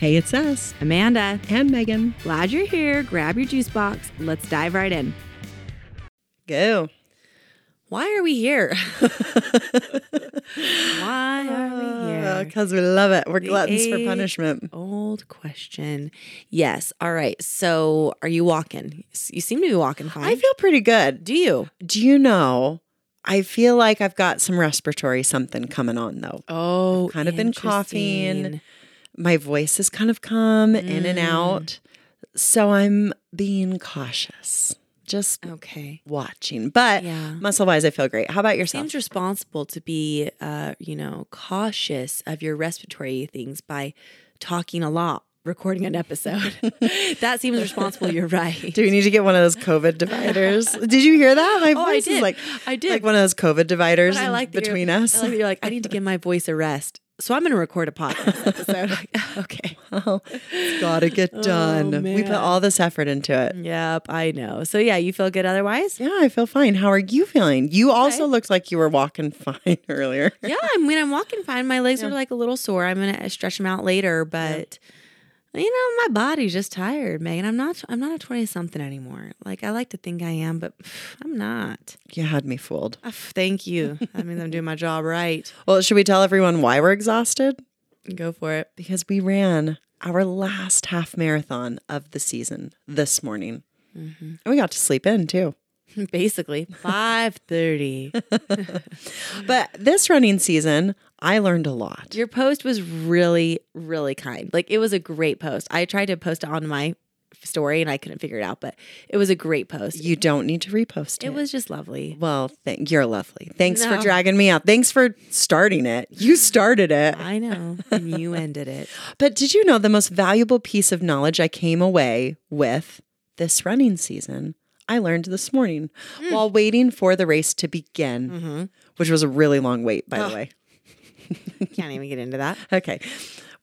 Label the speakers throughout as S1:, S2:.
S1: Hey, it's us
S2: Amanda,
S1: and Megan.
S2: glad you're here. Grab your juice box. Let's dive right in.
S1: Go.
S2: Why are we here? Why are we here?
S1: Because we love it. We're
S2: The
S1: gluttons for
S2: eight-
S1: punishment.
S2: Ah, Old question. Yes. All right. So, are you walking? You seem to be walking fine.
S1: I feel pretty good.
S2: Do you?
S1: Do you know? I feel like I've got some respiratory something coming on though.
S2: Oh,
S1: kind of been coughing.
S2: interesting.
S1: My voice has kind of come in and
S2: Mm.
S1: out. So I'm being cautious, just
S2: Okay.
S1: watching. But
S2: Uh, Yeah.
S1: muscle wise, I feel great. How about yourself?
S2: Seems responsible to be, uh, you know, cautious of your respiratory things by talking a lot, recording an episode. that seems responsible. You're right.
S1: Do we need to get one of those COVID dividers? did you hear that? My
S2: Oh, I
S1: voice
S2: did.
S1: is like
S2: I did.
S1: like one of those COVID dividers
S2: But I like that you're-
S1: between us.
S2: I like that you're like, I need to give my voice a rest. So I'm going to record a podcast episode. Like, okay.
S1: Oh, it's gotta get done. we put
S2: Oh, man. Mm.
S1: all this effort into it.
S2: Yep, I know. So yeah, you feel good otherwise?
S1: Yeah, I feel fine. How are you feeling? You also looked like you were walking fine earlier.
S2: Yeah, I mean, I'm walking fine. My legs are like a little sore. I'm going to stretch them out later, but you know, my body's just tired, Megan. I'm not I'm not a 20 something anymore. Like I like to think I am, but pff, I'm not.
S1: You had me fooled.
S2: Ah, pff, thank you. That means I'm doing my job right.
S1: Well, should we tell everyone why we're exhausted?
S2: Go for it.
S1: Because we ran our last half marathon of the season this morning.
S2: Mm-hmm.
S1: And we got to sleep in too.
S2: Basically, 5:30.
S1: But this running season, I learned a lot.
S2: Your post was really, really kind. Like it was a great post. I tried to post it on my story and I couldn't figure it out, but it was a great post.
S1: You don't need to repost it.
S2: it was just lovely.
S1: well, thank you're lovely. Thanks for
S2: No.
S1: dragging me out. Thanks for starting it. You started it.
S2: I know. And you ended it.
S1: But did you know the most valuable piece of knowledge I came away with this running season? I learned this morning
S2: Mm.
S1: while waiting for the race to begin,
S2: Mm-hmm.
S1: which was a really long wait, by the way.
S2: Can't even get into that.
S1: Okay.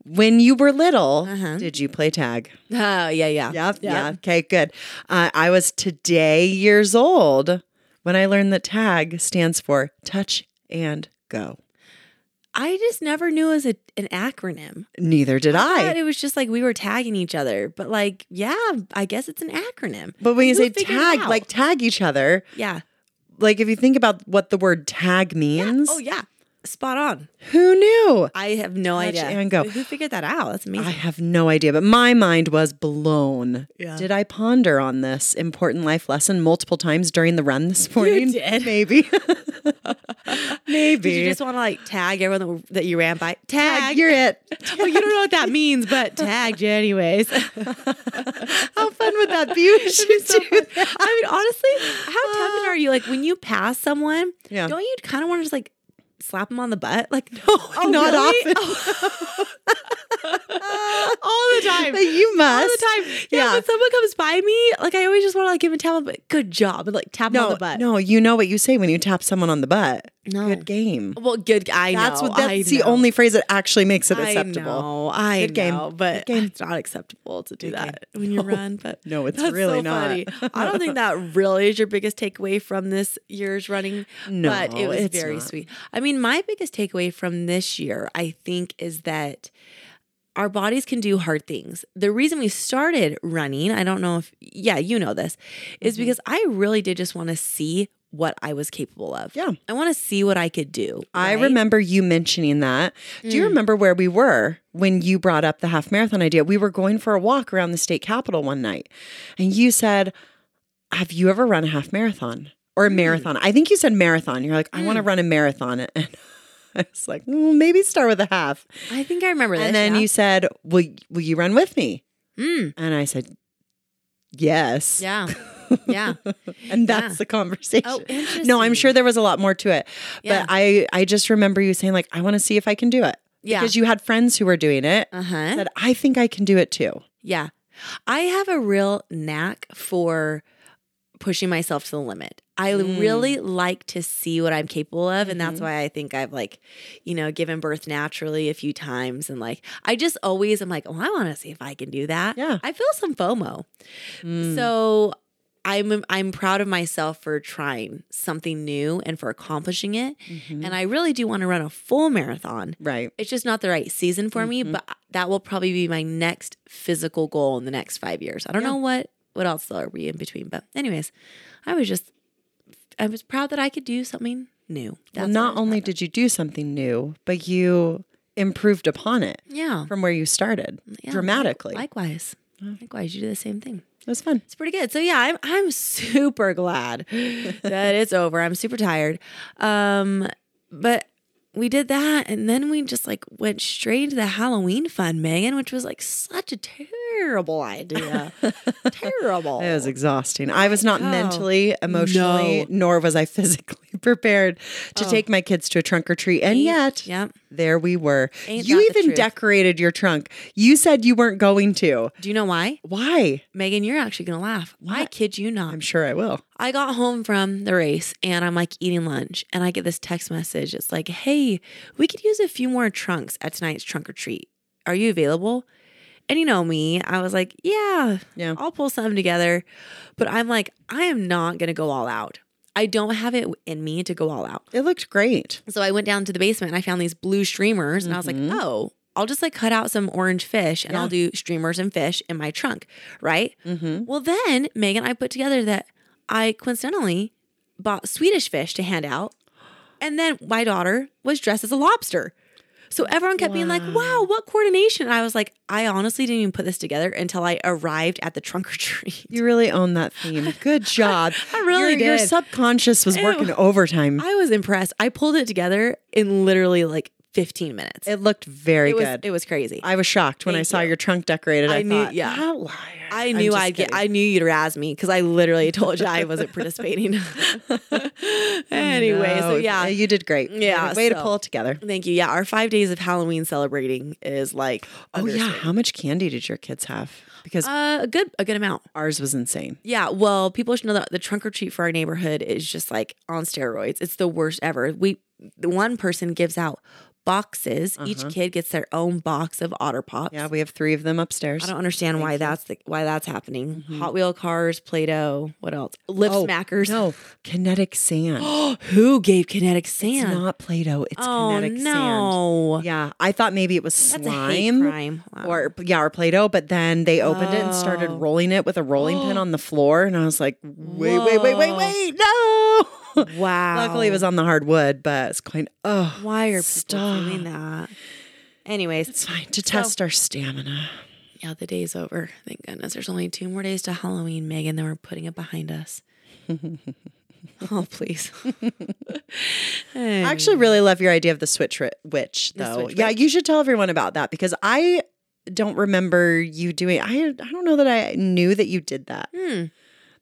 S1: When you were little,
S2: Uh-huh.
S1: did you play tag?
S2: Oh, yeah, yeah.
S1: Yeah, yeah. Okay, good. Uh, I was today years old when I learned that tag stands for touch and go.
S2: I just never knew it was a, an acronym.
S1: Neither did I.
S2: thought it was just like we were tagging each other, but like, yeah, I guess it's an acronym.
S1: But when you
S2: Who
S1: say
S2: figured it
S1: tag,
S2: out?
S1: like tag each other,
S2: Yeah.
S1: like if you think about what the word tag means,
S2: Oh, yeah. Spot on.
S1: Who knew?
S2: I have no
S1: Touch
S2: idea.
S1: and go.
S2: Who figured that out? That's amazing.
S1: I have no idea, but my mind was blown.
S2: Yeah.
S1: Did I ponder on this important life lesson multiple times during the run this morning?
S2: did.
S1: Maybe. Maybe.
S2: Did you just want to like tag everyone that, w- that you ran by?
S1: tag,
S2: Tag.
S1: you're it.
S2: oh, you don't know what that means, but tagged you anyways.
S1: How fun would that be? We should do that.
S2: I mean, honestly, how tempted are you? Like when you pass someone,
S1: Yeah.
S2: don't you kind of want to just like slap them on the butt? Like Oh, no,
S1: not often.
S2: all the time.
S1: But you
S2: Oh, All
S1: must.
S2: the time. Yeah,
S1: Yeah.
S2: When someone comes by me, like I always just want to like give them a tap on the butt. Good job. And like tap 'em on
S1: No,
S2: the butt.
S1: Oh, no, you know what you say when you tap someone on the butt.
S2: No.
S1: Good game.
S2: Well, good. I
S1: That's
S2: know.
S1: what
S2: I
S1: that's the
S2: know.
S1: only phrase that actually makes it
S2: I
S1: acceptable.
S2: know, I
S1: Good game.
S2: know, but
S1: Good game.
S2: it's not acceptable to do that when you run. But
S1: No, it's
S2: that's
S1: really
S2: so
S1: not.
S2: Funny. I don't think that really is your biggest takeaway from this year's running.
S1: No,
S2: but it was
S1: it's
S2: very
S1: not.
S2: sweet. I mean, my biggest takeaway from this year, I think, is that. Our bodies can do hard things. The reason we started running, I don't know if, yeah, you know this, is
S1: Mm-hmm.
S2: because I really did just want to see what I was capable of.
S1: Yeah.
S2: I want to see what I could do.
S1: I
S2: right? Mm.
S1: remember you mentioning that. Do you remember where we were when you brought up the half marathon idea? We were going for a walk around the state capitol one night, and you said, Have you ever run a half marathon or
S2: Mm.
S1: a marathon? I think you said marathon. You're like, I want to run a marathon. And I was like, well, Maybe start with a half.
S2: I think I remember this.
S1: And then
S2: yeah.
S1: you said, will, will you run with me?
S2: Mm.
S1: And I said, Yes.
S2: Yeah. Yeah.
S1: And that's
S2: Yeah.
S1: the conversation.
S2: Oh, interesting.
S1: no, I'm sure there was a lot more to it.
S2: Yeah.
S1: But I I just remember you saying like I want to see if I can do it.
S2: Yeah.
S1: Because you had friends who were doing it.
S2: Uh huh.
S1: Said I think I can do it too.
S2: Yeah. I have a real knack for pushing myself to the limit. I
S1: Mm.
S2: really like to see what I'm capable of. And that's
S1: Mhm.
S2: why I think I've like, you know, given birth naturally a few times. And like, I just always am like, oh, I want to see if I can do that.
S1: Yeah.
S2: I feel some FOMO. So I'm I'm proud of myself for trying something new and for accomplishing it.
S1: Mm-hmm.
S2: And I really do want to run a full marathon.
S1: Right.
S2: It's just not the right season for me, but that will probably be my next physical goal in the next 5 years. I don't know what what else there'll be in between, but anyways, I was just I was proud that I could do something new.
S1: Well,
S2: That's
S1: not only did you do something new, but you improved upon it
S2: yeah.
S1: from where you started
S2: Mm. Yeah,
S1: dramatically.
S2: Likewise. Likewise, you do the same thing.
S1: it was fun.
S2: It's pretty good. So yeah, I'm I'm super glad that it's over. I'm super tired. Um but we did that and then we just like went straight into the Halloween fun, Megan, which was like such a terrible idea. terrible.
S1: It was exhausting. I was not
S2: cow.
S1: mentally, emotionally,
S2: Oh, No. Oh.
S1: nor was I physically prepared to take my kids to a trunk or treat. And yet,
S2: Yep.
S1: there we were.
S2: Ain't
S1: you
S2: that the
S1: even
S2: truth.
S1: decorated your trunk. You said you weren't going to.
S2: Do you know why?
S1: Why?
S2: Megan, you're actually gonna laugh. I kid you not.
S1: I'm sure I will.
S2: I got home from the race and I'm like eating lunch and I get this text message. It's like, hey, we could use a few more trunks at tonight's trunk or treat. Are you available? And you know me, I was like, yeah,
S1: Yeah.
S2: I'll pull something together. But I'm like, I am not going to go all out. I don't have it in me to go all out.
S1: It looked great.
S2: So I went down to the basement and I found these blue streamers and I was like,
S1: Mm-hmm.
S2: oh, I'll just like cut out some orange fish and I'll do streamers and fish in my trunk, right?
S1: Mm-hmm.
S2: Well, then Megan, I put together that I coincidentally bought Swedish fish to hand out, and then my daughter was dressed as a lobster. So everyone kept being like, "Wow, what coordination!" And I was like, "I honestly didn't even put this together until I arrived at the trunk or treat."
S1: You really own that theme. Good job.
S2: I really
S1: your, Your
S2: did.
S1: subconscious was working overtime.
S2: I was impressed. I pulled it together in literally like 15 minutes.
S1: it looked very
S2: It was
S1: good.
S2: it was crazy. I,
S1: I was shocked when I
S2: Thank
S1: saw
S2: you.
S1: your trunk decorated. I,
S2: I knew-
S1: thought,
S2: yeah.
S1: outlier. I'm
S2: knew
S1: just
S2: I'd get.
S1: kidding.
S2: I knew you'd razz me because I literally told you I wasn't participating. anyway, so
S1: No,
S2: yeah,
S1: you did great.
S2: Yeah,
S1: way to
S2: so-
S1: pull it together.
S2: Thank you. Yeah, our five days of Halloween celebrating is like
S1: Oh yeah,
S2: understated.
S1: how much candy did your kids have? Because
S2: uh, a good a good amount.
S1: ours was insane.
S2: Yeah. Well, people should know that the trunk or treat for our neighborhood is just like on steroids. It's the worst ever. We the one person gives out boxes. Each kid gets their own box of Otter Pops.
S1: Uh-huh. Yeah, we have three of them upstairs.
S2: I don't understand why that's the, why that's happening. Hot Wheel cars, Play-Doh, what else? Lip
S1: Mm-hmm. Oh,
S2: smackers.
S1: No, kinetic sand.
S2: Who gave kinetic sand?
S1: it's not Play-Doh. It's
S2: oh
S1: kinetic sand.
S2: no.
S1: Yeah, I thought maybe it was
S2: That's a hate
S1: slime
S2: crime. Wow.
S1: or yeah, or Play-Doh. But then they opened it and started
S2: Oh.
S1: rolling it with a rolling pin on the floor, and I was like, wait, wait, wait, wait,
S2: Whoa.
S1: wait, no.
S2: wow.
S1: Luckily, it was on the hardwood, but it's quite. Oh,
S2: Why are people
S1: Stop.
S2: doing that? Anyways,
S1: It's fine to test our stamina.
S2: yeah, the day's over. Thank goodness. There's only two more days to Halloween, Megan. Then we're putting it behind us. oh, please.
S1: I actually really love your idea of the switch ri- witch,
S2: The
S1: though.
S2: switch
S1: yeah,
S2: witch.
S1: you should tell everyone about that because I don't remember you doing. I I don't know that I knew that you did that.
S2: Hmm.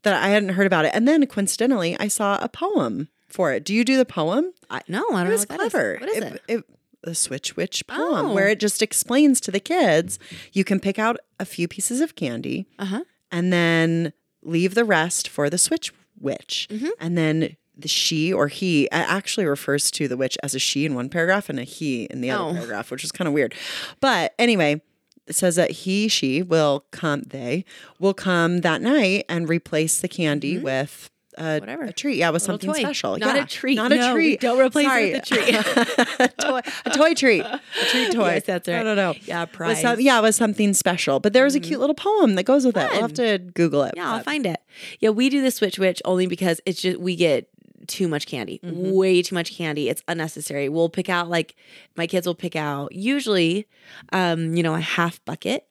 S1: That I hadn't heard about it, and then coincidentally, I saw a poem for it. Do you do the poem?
S2: I, no, I
S1: It
S2: don't
S1: was
S2: know.
S1: clever.
S2: What, that is. what is it?
S1: The Switch Witch poem,
S2: Oh.
S1: where it just explains to the kids you can pick out a few pieces of candy
S2: Uh huh.
S1: and then leave the rest for the switch witch.
S2: Mhm.
S1: And then the she or he it actually refers to the witch as a she in one paragraph and a he in the other
S2: Oh.
S1: paragraph, which is kind of weird. But anyway, it says that he, she will come, they will come that night and replace the candy with. A,
S2: Mm-hmm. Whatever.
S1: a treat, yeah, with
S2: Little
S1: something
S2: toy.
S1: special,
S2: Not
S1: Yeah.
S2: a treat.
S1: not a
S2: No, we
S1: treat.
S2: don't replace
S1: Sorry.
S2: it with a
S1: a toy, a toy treat, a treat toy.
S2: Yes, that's
S1: I
S2: right.
S1: don't know.
S2: Yeah,
S1: Was
S2: prize.
S1: some- yeah, it was something special. But there was a cute little poem that goes with it. We'll have to Google it.
S2: Mm-hmm. Yeah, I'll
S1: but-
S2: find it. Yeah, we do the Switch Witch only because it's just we get too much candy,
S1: Mm-hmm.
S2: way too much candy. It's unnecessary. We'll pick out like my kids will pick out usually, um, you know, a half bucket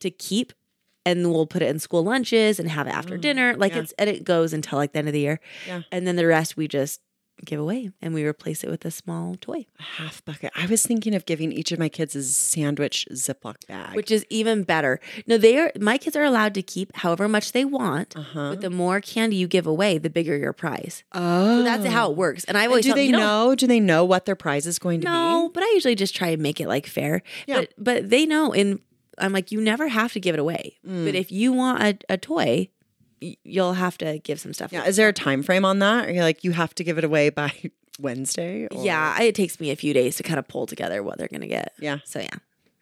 S2: to keep, and we'll put it in school lunches and have it after dinner. Like
S1: Mm, yeah.
S2: it's and it goes until like the end of the year,
S1: Yeah.
S2: and then the rest we just give away and we replace it with a small toy,
S1: A half bucket. I was thinking of giving each of my kids a sandwich Ziploc bag.
S2: which is even better. No, they are my kids are allowed to keep however much they want.
S1: uh-huh.
S2: But the more candy you give away, the bigger your prize.
S1: Oh,
S2: So that's how it works. And I always
S1: do
S2: tell them,
S1: they
S2: "You don't
S1: know? Do they know what their prize is going to
S2: No, but I usually just try and make it like fair.
S1: Yeah.
S2: But but they know, and I'm like, you never have to give it away.
S1: Mm.
S2: But if you want a, a toy, y- you'll have to give some stuff.
S1: be? Yeah. Is there a time frame on that? Are you like you have to give it away by Wednesday? Or?
S2: Yeah, I- it takes me a few days to kind of pull together what they're gonna get.
S1: Yeah.
S2: So yeah,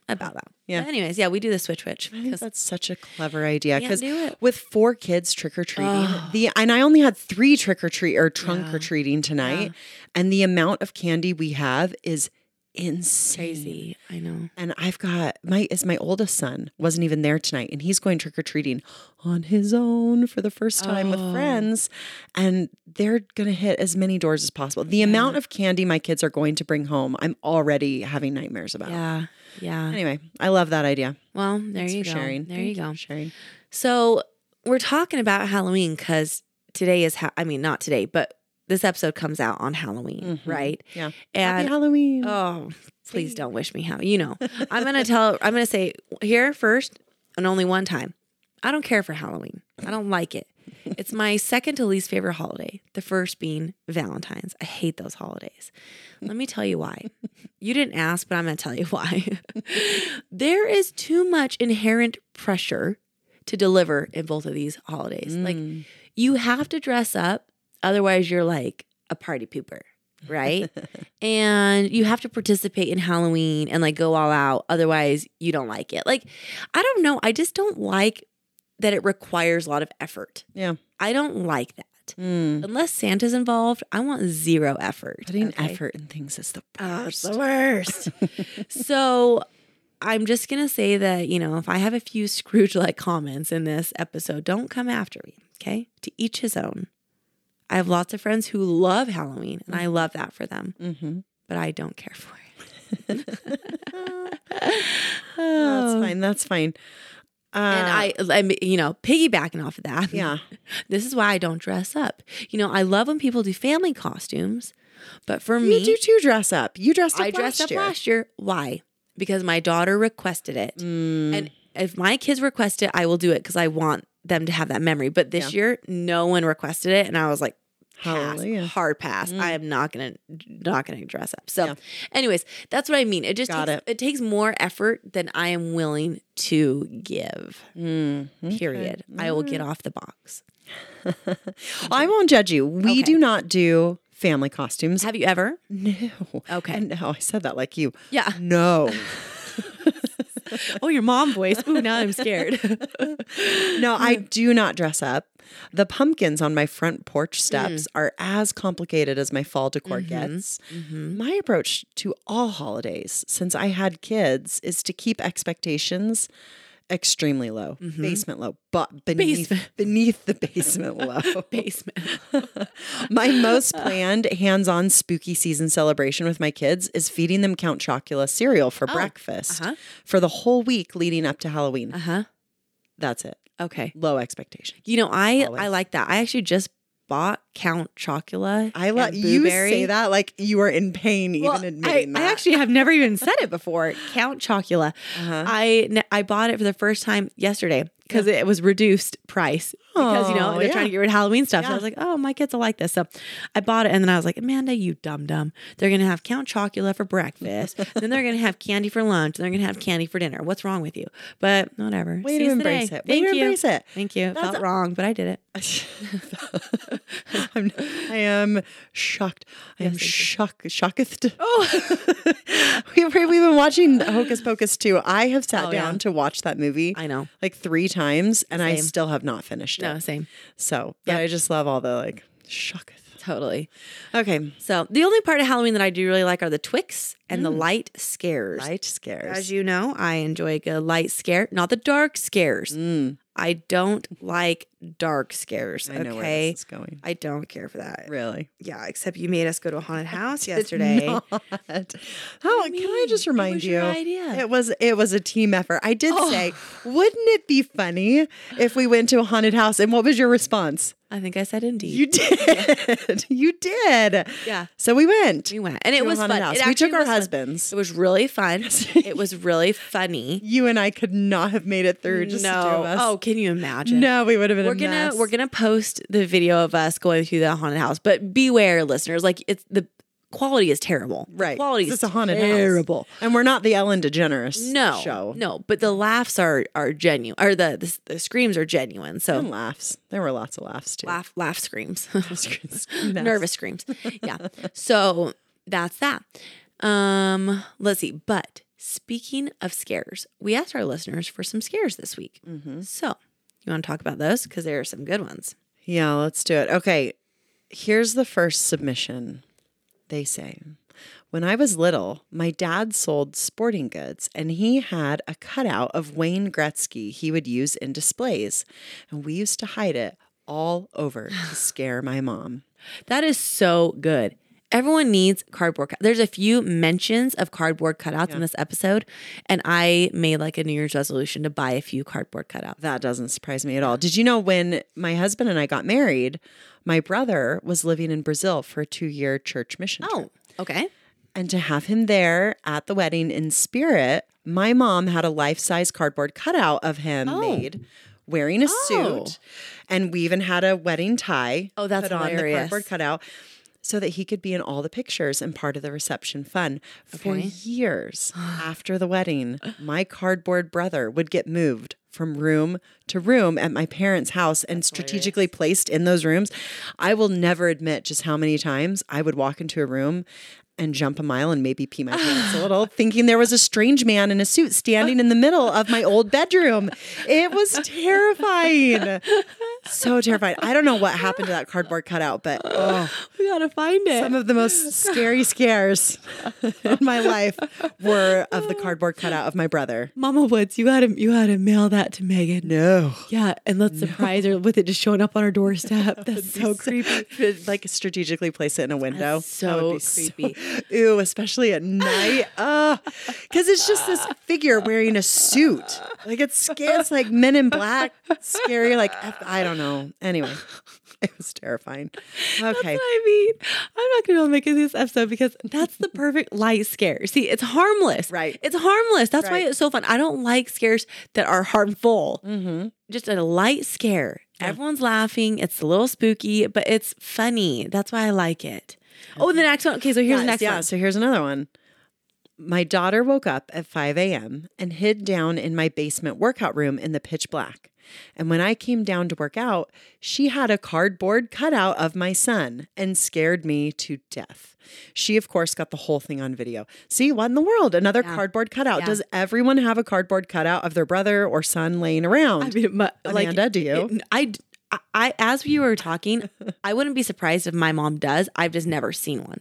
S2: about that.
S1: Yeah.
S2: But anyways, yeah, we do the switch switch.
S1: I think
S2: because-
S1: that's such a clever idea
S2: Can't
S1: because
S2: do it.
S1: with four kids trick or treating,
S2: Oh.
S1: the and I only had three trick or treat or trunk
S2: Yeah.
S1: or treating tonight, and the amount of candy we have is insane.
S2: Crazy. I know.
S1: And I've got my is my oldest son wasn't even there tonight, and he's going trick or treating on his own for the first time
S2: Oh.
S1: with friends, and they're gonna hit as many doors as possible. The amount of candy my kids are going to bring home, I'm already having nightmares about.
S2: Yeah. Yeah.
S1: Anyway, I love that idea.
S2: Well, there
S1: Thanks
S2: you
S1: for
S2: go.
S1: sharing.
S2: There
S1: Thank
S2: you go.
S1: for sharing.
S2: So we're talking about Halloween because today is, ha- I mean, not today, but this episode comes out on Halloween,
S1: Mhm.
S2: right?
S1: Yeah. Happy
S2: And
S1: Halloween.
S2: oh, please don't wish me how, you know, I'm going to tell, I'm going to say here first and only one time. I don't care for Halloween. I don't like it. It's my second to least favorite holiday, the first being Valentine's. I hate those holidays. Let me tell you why. You didn't ask, but I'm going to tell you why. there is too much inherent pressure to deliver in both of these holidays. Like,
S1: Mm.
S2: you have to dress up otherwise you're like a party pooper right and you have to participate in halloween and like go all out otherwise you don't like it like i don't know i just don't like that it requires a lot of effort
S1: Yeah.
S2: i don't like that
S1: Mm.
S2: unless santa's involved i want zero effort
S1: Putting
S2: okay?
S1: effort in things is Ah, the
S2: Oh, it's
S1: worst.
S2: the worst. so I'm just going to say that, you know, if I have a few Scrooge like comments in this episode, don't come after me. Okay. To each his own. I have lots of friends who love Halloween and I love that for them,
S1: Mhm.
S2: but I don't care for it.
S1: No, that's fine. That's fine. Uh,
S2: And I, I'm, you know, piggybacking off of that.
S1: yeah.
S2: This is why I don't dress up. You know, I love when people do family costumes, but for me,
S1: You do too dress up. You dressed up
S2: I dressed
S1: last
S2: up
S1: year.
S2: last year. Why? Because my daughter requested it.
S1: Mm,
S2: And if my kids request it, I will do it because I want them to have that memory. But this year, no one requested it, and I was like, pass,
S1: Hallelujah.
S2: hard pass. I am not gonna not gonna dress up. So,
S1: Yeah.
S2: anyways, that's what I mean. It just
S1: Got
S2: takes, it. takes more effort than I am willing to give. Mm-hmm. Period. I will get off the box.
S1: I won't judge you. We
S2: Okay.
S1: do not do family costumes.
S2: Have you ever?
S1: No.
S2: Okay.
S1: And no, I said that like you.
S2: Yeah.
S1: No.
S2: Oh, your mom voice. Ooh, now I'm scared.
S1: No, I do not dress up. The pumpkins on my front porch
S2: Mm.
S1: steps are as complicated as my fall decor
S2: Mm-hmm.
S1: gets. My approach to all holidays since I had kids is to keep expectations extremely low, basement low, but beneath
S2: Mm-hmm. Basement.
S1: beneath the basement low.
S2: Basement.
S1: my most planned hands-on spooky season celebration with my kids is feeding them Count Chocula cereal for breakfast
S2: uh-huh.
S1: for the whole week leading up to Halloween.
S2: Uh huh.
S1: That's it.
S2: Okay.
S1: Low expectations.
S2: You know, I I
S1: Always.
S2: like that. I actually just bought Count Chocula.
S1: I let
S2: and
S1: you
S2: Blueberry.
S1: say that like you are in pain
S2: Well,
S1: even admitting
S2: I,
S1: that.
S2: I actually have never even said it before. Count Chocula.
S1: Uh-huh.
S2: I ne- I bought it for the first time yesterday because it was reduced price because you know
S1: Oh,
S2: they're
S1: yeah.
S2: trying to get rid of Halloween stuff. So I
S1: Yeah.
S2: was like, oh, my kids will like this. So I bought it, and then I was like, Amanda, you dumb dumb. They're gonna have Count Chocula for breakfast, then they're gonna have candy for lunch, and they're gonna have candy for dinner. What's wrong with you? But whatever.
S1: Way to
S2: Seize the
S1: embrace
S2: day.
S1: it. Way
S2: Thank
S1: to
S2: you.
S1: embrace it.
S2: Thank you. It
S1: That's
S2: felt wrong, but I did it. uh,
S1: I'm, I am shocked. I am shock shocked. Oh, we were, we've been watching Hocus Pocus too. I have sat
S2: Oh, yeah.
S1: down to watch that movie.
S2: I know.
S1: like three times, and I
S2: Same.
S1: still have not finished
S2: No,
S1: it.
S2: same.
S1: So, but I just love all the like shocketh.
S2: Totally.
S1: Okay,
S2: So the only part of Halloween that I do really like are the Twix and the Mm. light scares.
S1: light scares.
S2: As you know, I enjoy a good light scare, not the dark scares.
S1: Mm,
S2: I don't like dark scares.
S1: I know where
S2: okay.
S1: this is going.
S2: I don't care for that.
S1: Really.
S2: Yeah, except you made us go to a haunted house yesterday.
S1: Not. Oh, can I
S2: mean?
S1: just
S2: It
S1: remind
S2: was
S1: you?
S2: your idea. Oh.
S1: It was it was a team effort. I did say, wouldn't it be funny if we went to a haunted house? And what was your response?
S2: I think I said indeed.
S1: You did. you did.
S2: yeah.
S1: So we went.
S2: We went. And
S1: to
S2: it
S1: a
S2: was
S1: haunted
S2: fun.
S1: house.
S2: It
S1: we
S2: actually
S1: took our
S2: was fun.
S1: husbands.
S2: It was really fun. it was really funny.
S1: You and I could not have made it through just
S2: no.
S1: the two of us.
S2: Oh, can you imagine?
S1: no, we would have been.
S2: we're
S1: a
S2: gonna
S1: mess.
S2: we're gonna post the video of us going through the haunted house but beware listeners like it's the quality is terrible The
S1: right.
S2: quality is
S1: It's a haunted
S2: terrible
S1: house. and we're not the Ellen DeGeneres
S2: no
S1: show.
S2: no but the laughs are are genuine or the the, the screams are genuine so
S1: And laughs. There were lots of laughs too.
S2: laugh laugh screams
S1: Mess.
S2: nervous screams yeah so that's that um let's see but Speaking of scares, we asked our listeners for some scares this week.
S1: Mm-hmm.
S2: So, you want to talk about those? Because there are some good ones.
S1: Yeah, let's do it. Okay. Here's the first submission. They say, When I was little, my dad sold sporting goods and he had a cutout of Wayne Gretzky he would use in displays. And we used to hide it all over to scare my mom.
S2: That is so good. Everyone needs cardboard. Cut- There's a few mentions of cardboard cutouts in this episode, and I made like a New Year's resolution to buy a few cardboard cutouts.
S1: That doesn't surprise me at all. Did you know when my husband and I got married, my brother was living in Brazil for a two year church mission? trip.
S2: Oh, okay.
S1: And to have him there at the wedding in spirit, my mom had a life size cardboard cutout of him
S2: Oh.
S1: made wearing a
S2: Oh.
S1: suit. And we even had a wedding tie.
S2: Oh, that's
S1: put on the
S2: hilarious.
S1: cardboard cutout so that he could be in all the pictures and part of the reception fun. For
S2: Okay.
S1: years after the wedding, my cardboard brother would get moved from room to room at my parents' house and strategically placed in those rooms. I will never admit just how many times I would walk into a room and jump a mile and maybe pee my pants a little, thinking there was a strange man in a suit standing in the middle of my old bedroom. It was terrifying. So terrifying. I don't know what happened to that cardboard cutout, but oh,
S2: We gotta find it.
S1: some of the most scary scares in my life were of the cardboard cutout of my brother.
S2: Mama Woods, you gotta you gotta mail that to Megan.
S1: No.
S2: Yeah, and let's surprise her with it just showing up on her doorstep. That's so creepy.
S1: Like strategically place it in a window.
S2: That's
S1: That would
S2: so
S1: be
S2: creepy.
S1: ew, especially at night. Because it's just this figure wearing a suit. Like it's scary. It's like men in black. Scary. Like, F- I don't know. Anyway, it was terrifying. Okay.
S2: I mean, I'm not gonna be able to make it this episode because that's the perfect light scare. See, it's harmless.
S1: Right.
S2: It's harmless. That's why
S1: Right.
S2: it's so fun. I don't like scares that are harmful.
S1: Mm-hmm.
S2: Just a light scare. Everyone's laughing. It's a little spooky, but it's funny. That's why I like it. Oh, the next one. Okay, so here's the
S1: Yes,
S2: next
S1: yeah,
S2: one.
S1: So here's another one. My daughter woke up at 5 a.m. and hid down in my basement workout room in the pitch black. And when I came down to work out, she had a cardboard cutout of my son and scared me to death. She, of course, got the whole thing on video. See, what in the world? Another
S2: Yeah.
S1: cardboard cutout.
S2: Yeah.
S1: Does everyone have a cardboard cutout of their brother or son laying around?
S2: I mean, my, like,
S1: Amanda, do you?
S2: it- I, d- I- I- as we were talking, I wouldn't be surprised if my mom does. I've just never seen one.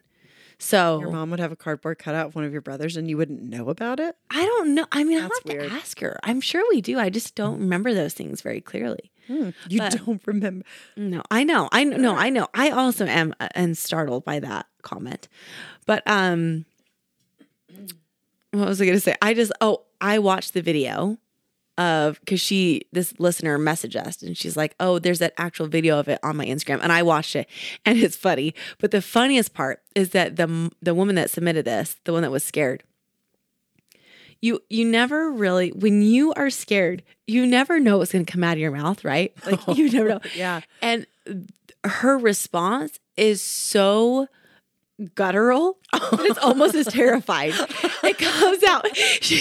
S2: So
S1: your mom would have a cardboard cutout of one of your brothers and you wouldn't know about it?
S2: I don't know. I mean, I'll
S1: That's
S2: have
S1: weird.
S2: to ask her. I'm sure we do. I just don't remember those things very clearly.
S1: You
S2: But-
S1: don't remember.
S2: No, I know. I kn- no, I know. I also am uh, and startled by that comment. But um what was I going to say? I just oh, I watched the video of cuz she this listener messaged us and she's like, "Oh, there's that actual video of it on my Instagram." And I watched it and it's funny. But the funniest part is that the m- the woman that submitted this, the one that was scared, you you never really when you are scared, you never know what's going to come out of your mouth, right? Like you never know.
S1: Yeah.
S2: And her response is so guttural that it's almost as terrified. It comes out. She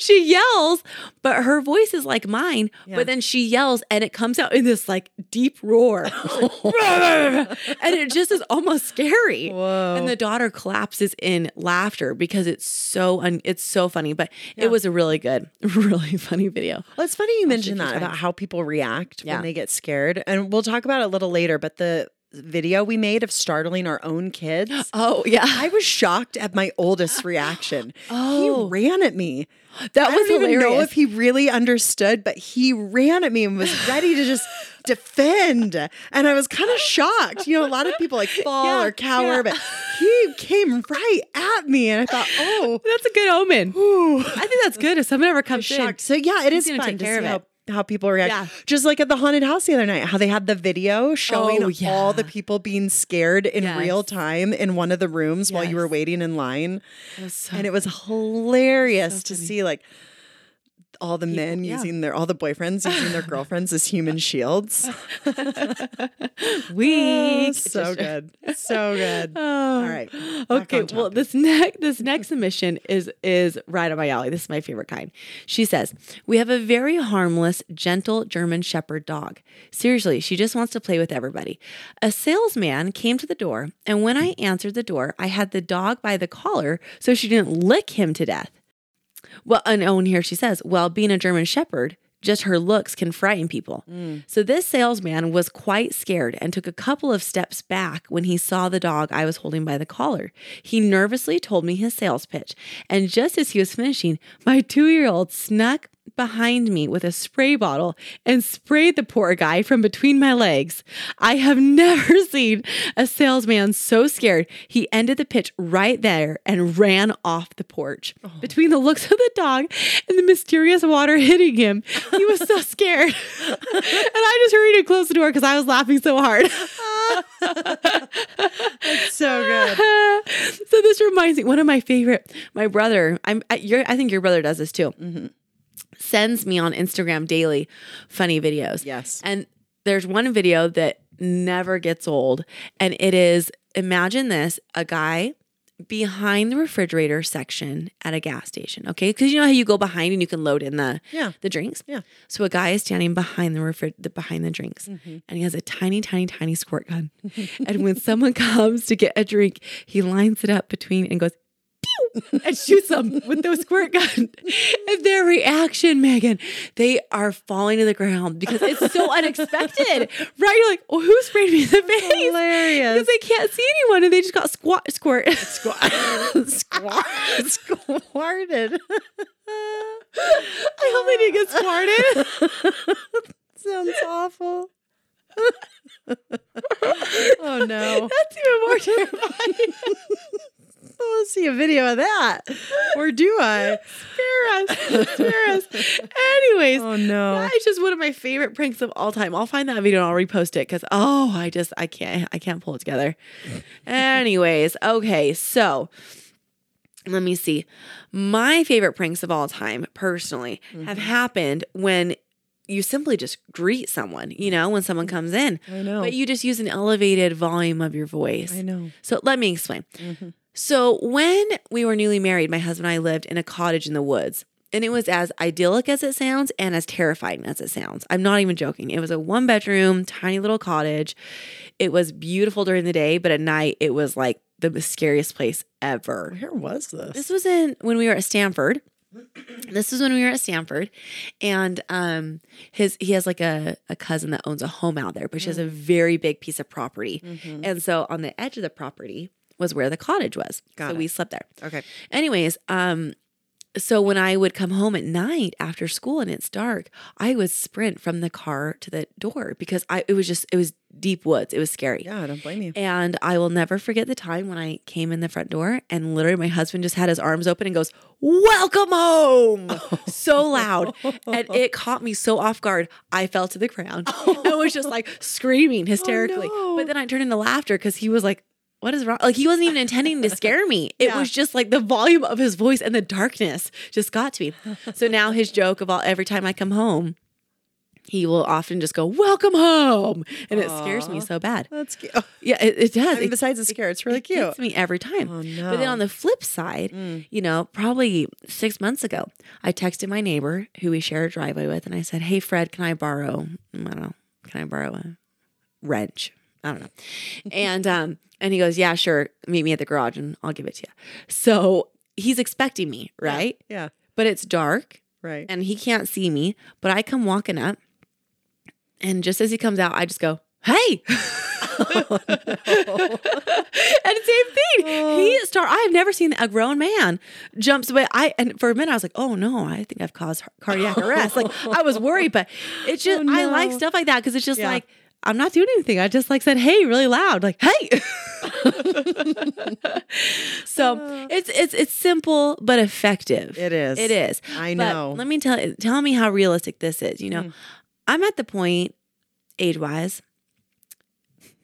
S2: she yells, but her voice is like mine.
S1: Yeah.
S2: But then she yells and it comes out in this like deep roar. It's like, and it just is almost scary.
S1: Whoa.
S2: And the daughter collapses in laughter because it's so un- it's so funny. But it was a really good, really funny video.
S1: Well, it's funny you mentioned
S2: she's
S1: that
S2: fine.
S1: about how people react
S2: Yeah.
S1: when they get scared. And we'll talk about it a little later, but the video we made of startling our own kids.
S2: Oh yeah.
S1: I was shocked at my oldest reaction.
S2: Oh.
S1: He ran at me.
S2: that
S1: I
S2: was
S1: don't
S2: hilarious.
S1: even know if he really understood, but he ran at me and was ready to just defend. And I was kind of shocked. You know, a lot of people like fall
S2: Yeah,
S1: or cower,
S2: yeah.
S1: but he came right at me. And I thought, oh,
S2: That's a good omen.
S1: ooh.
S2: I think that's good if someone ever comes in.
S1: shocked. So yeah, it
S2: He's
S1: is
S2: gonna
S1: fun
S2: take
S1: to
S2: care
S1: see
S2: of
S1: how,
S2: it.
S1: how people react.
S2: Yeah.
S1: Just like at the haunted house the other night, how they had the video showing
S2: Oh, yeah.
S1: all the people being scared in
S2: Yes.
S1: real time in one of the rooms while you were
S2: Yes.
S1: waiting in line,
S2: Oh, So-
S1: and it was hilarious to see like all the men
S2: yeah.
S1: using their all the boyfriends using their girlfriends as human shields.
S2: weak.
S1: Oh, so good, so good. All right, back
S2: Oh. Okay,
S1: on
S2: well this next this next submission is is right on my alley. This is my favorite kind. She says, "We have a very harmless, gentle German shepherd dog. Seriously, she just wants to play with everybody. A salesman came to the door, and when I answered the door, I had the dog by the collar so she didn't lick him to death. Well, and oh, and here she says, well, being a German Shepherd, just her looks can frighten people. So this salesman was quite scared and took a couple of steps back when he saw the dog I was holding by the collar. He nervously told me his sales pitch. And just as he was finishing, my two year old snuck behind me with a spray bottle and sprayed the poor guy from between my legs. I have never seen a salesman so scared. He ended the pitch right there and ran off the porch. Between the looks of the dog and the mysterious water hitting him, he was so scared. and I just hurried to close the door because I was laughing so hard.
S1: So good.
S2: so this reminds me, one of my favorite, my brother, I'm, I- your, I think your brother does this too sends me on Instagram daily funny videos.
S1: Yes.
S2: And there's one video that never gets old. And it is imagine this a guy behind the refrigerator section at a gas station. Okay. Because you know how you go behind and you can load in the
S1: Yeah.
S2: the drinks.
S1: Yeah.
S2: So a guy is standing behind the refri- the, behind the drinks, and he has a tiny, tiny, tiny squirt gun. and when someone comes to get a drink, he lines it up between and goes. "Pew!" and shoots them with those squirt gun. And their reaction, Megan, they are falling to the ground because it's so unexpected. Right? You're like, oh, who sprayed me in the face? Because
S1: Hilarious.
S2: they can't see anyone and they just got squat squirt.
S1: Squar- Squarted.
S2: I hope they didn't get squirted.
S1: Sounds awful. oh no.
S2: That's even more terrifying.
S1: I want to see a video of that. Or do I?
S2: Spare us. Spare us. Anyways,
S1: Oh no.
S2: that is just one of my favorite pranks of all time. I'll find that video and I'll repost it because oh, I just I can't I can't pull it together. Anyways, okay, so let me see. My favorite pranks of all time, personally,
S1: Mm-hmm.
S2: have happened when you simply just greet someone, you know, when someone comes in.
S1: I know.
S2: But you just use an elevated volume of your voice.
S1: Oh. I know.
S2: So let me explain. So when we were newly married, my husband and I lived in a cottage in the woods. And it was as idyllic as it sounds and as terrifying as it sounds. I'm not even joking. It was a one bedroom, tiny little cottage. It was beautiful during the day, but at night it was like the scariest place ever.
S1: Where was this?
S2: This was in when we were at Stanford. This is when we were at Stanford, and um, his he has like a, a cousin that owns a home out there, but she has a very big piece of property,
S1: Mm-hmm.
S2: and so on the edge of the property was where the cottage was.
S1: Got
S2: so
S1: it.
S2: we slept there.
S1: Okay.
S2: Anyways, um, so when I would come home at night after school and it's dark, I would sprint from the car to the door because I it was just it was deep woods. It was scary.
S1: Yeah, I don't blame you.
S2: And I will never forget the time when I came in the front door and literally my husband just had his arms open and goes, Welcome home!
S1: Oh
S2: So loud. And it caught me so off guard. I fell to the ground. I was just like screaming hysterically.
S1: Oh. no.
S2: But then I turned into laughter because he was like, what is wrong? Like he wasn't even intending to scare me. It
S1: Yeah.
S2: was just like the volume of his voice and the darkness just got to me. So now his joke of all every time I come home, he will often just go, "Welcome home," and it scares me
S1: Aw.
S2: so bad.
S1: That's cute. Oh,
S2: Yeah, it, it does.
S1: I mean,
S2: It-
S1: besides the scare, it's really
S2: it
S1: cute.
S2: gets me every time.
S1: Oh, Mm.
S2: But then
S1: no.
S2: on the flip side, you know, probably six months ago, I texted my neighbor who we share a driveway with, and I said, "Hey, Fred, can I borrow? I don't know. Can I borrow a wrench? I don't know." and um, and he goes, "Yeah, sure. Meet me at the garage, and I'll give it to you." So he's expecting me, right?
S1: Yeah.
S2: But it's dark
S1: Right.
S2: and he can't see me, but I come walking up. And just as he comes out, I just go, Hey. and same thing.
S1: Oh.
S2: He start I have never seen a grown man jumps away. I and for a minute I was like, oh no, I think I've caused cardiac arrest. Like I was worried, but it's just
S1: Oh,
S2: I like
S1: no.
S2: stuff like that because it's just
S1: Yeah.
S2: like I'm not doing anything. I just like said, hey, really loud, like, hey. so it's it's it's simple but effective.
S1: It is.
S2: It is.
S1: I
S2: But
S1: know. Mm.
S2: let me tell tell me how realistic this is. You know, I'm at the point, age wise.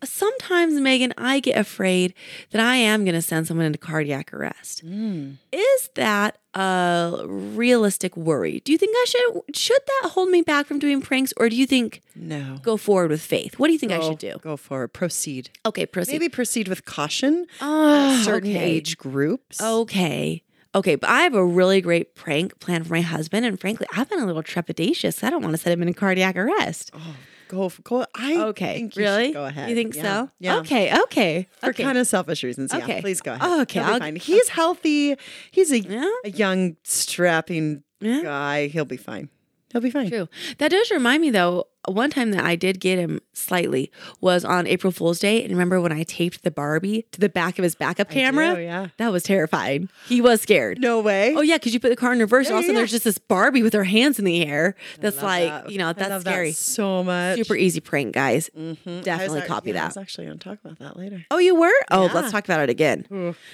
S2: Sometimes, Megan, I get afraid that I am going to send someone into cardiac arrest.
S1: Mm.
S2: Is that a realistic worry? Do you think I should should that hold me back from doing pranks, or do you think
S1: No.
S2: go forward with faith? What do you think I
S1: Go-
S2: should do?
S1: Go forward. Proceed.
S2: Okay, proceed.
S1: Maybe proceed with caution.
S2: oh,
S1: Certain
S2: okay. Oh.
S1: age groups.
S2: Okay. Okay, but I have a really great prank plan for my husband, and frankly, I've been a little trepidatious. I don't want to set him in cardiac arrest.
S1: Oh, go, go I
S2: Okay.
S1: think you should
S2: really?
S1: go ahead.
S2: You think
S1: Yeah.
S2: so?
S1: Yeah.
S2: Okay. Okay.
S1: For
S2: okay.
S1: kind of selfish reasons. Yeah.
S2: Okay.
S1: Please go ahead.
S2: Oh, okay,
S1: He'll be
S2: I'll-
S1: fine. He's healthy. He's a,
S2: Yeah.
S1: a young, strapping
S2: Yeah.
S1: guy. He'll be fine. He'll be fine.
S2: True. That does remind me though, one time that I did get him slightly was on April Fool's Day. And remember when I taped the Barbie to the back of his backup camera?
S1: do, yeah.
S2: That was terrifying. He was scared.
S1: No way.
S2: Oh yeah, because you put the car in reverse, and
S1: Yeah,
S2: all of a sudden
S1: yeah,
S2: there's just this Barbie with her hands in the air. That's
S1: Love
S2: like,
S1: that.
S2: you know,
S1: I
S2: that's
S1: love
S2: scary.
S1: That so much.
S2: Super easy prank, guys.
S1: Mhm.
S2: Definitely
S1: I was, ac-
S2: copy
S1: yeah,
S2: that.
S1: I was actually going to talk about that later.
S2: Oh, you were? Oh,
S1: Yeah.
S2: let's talk about it again.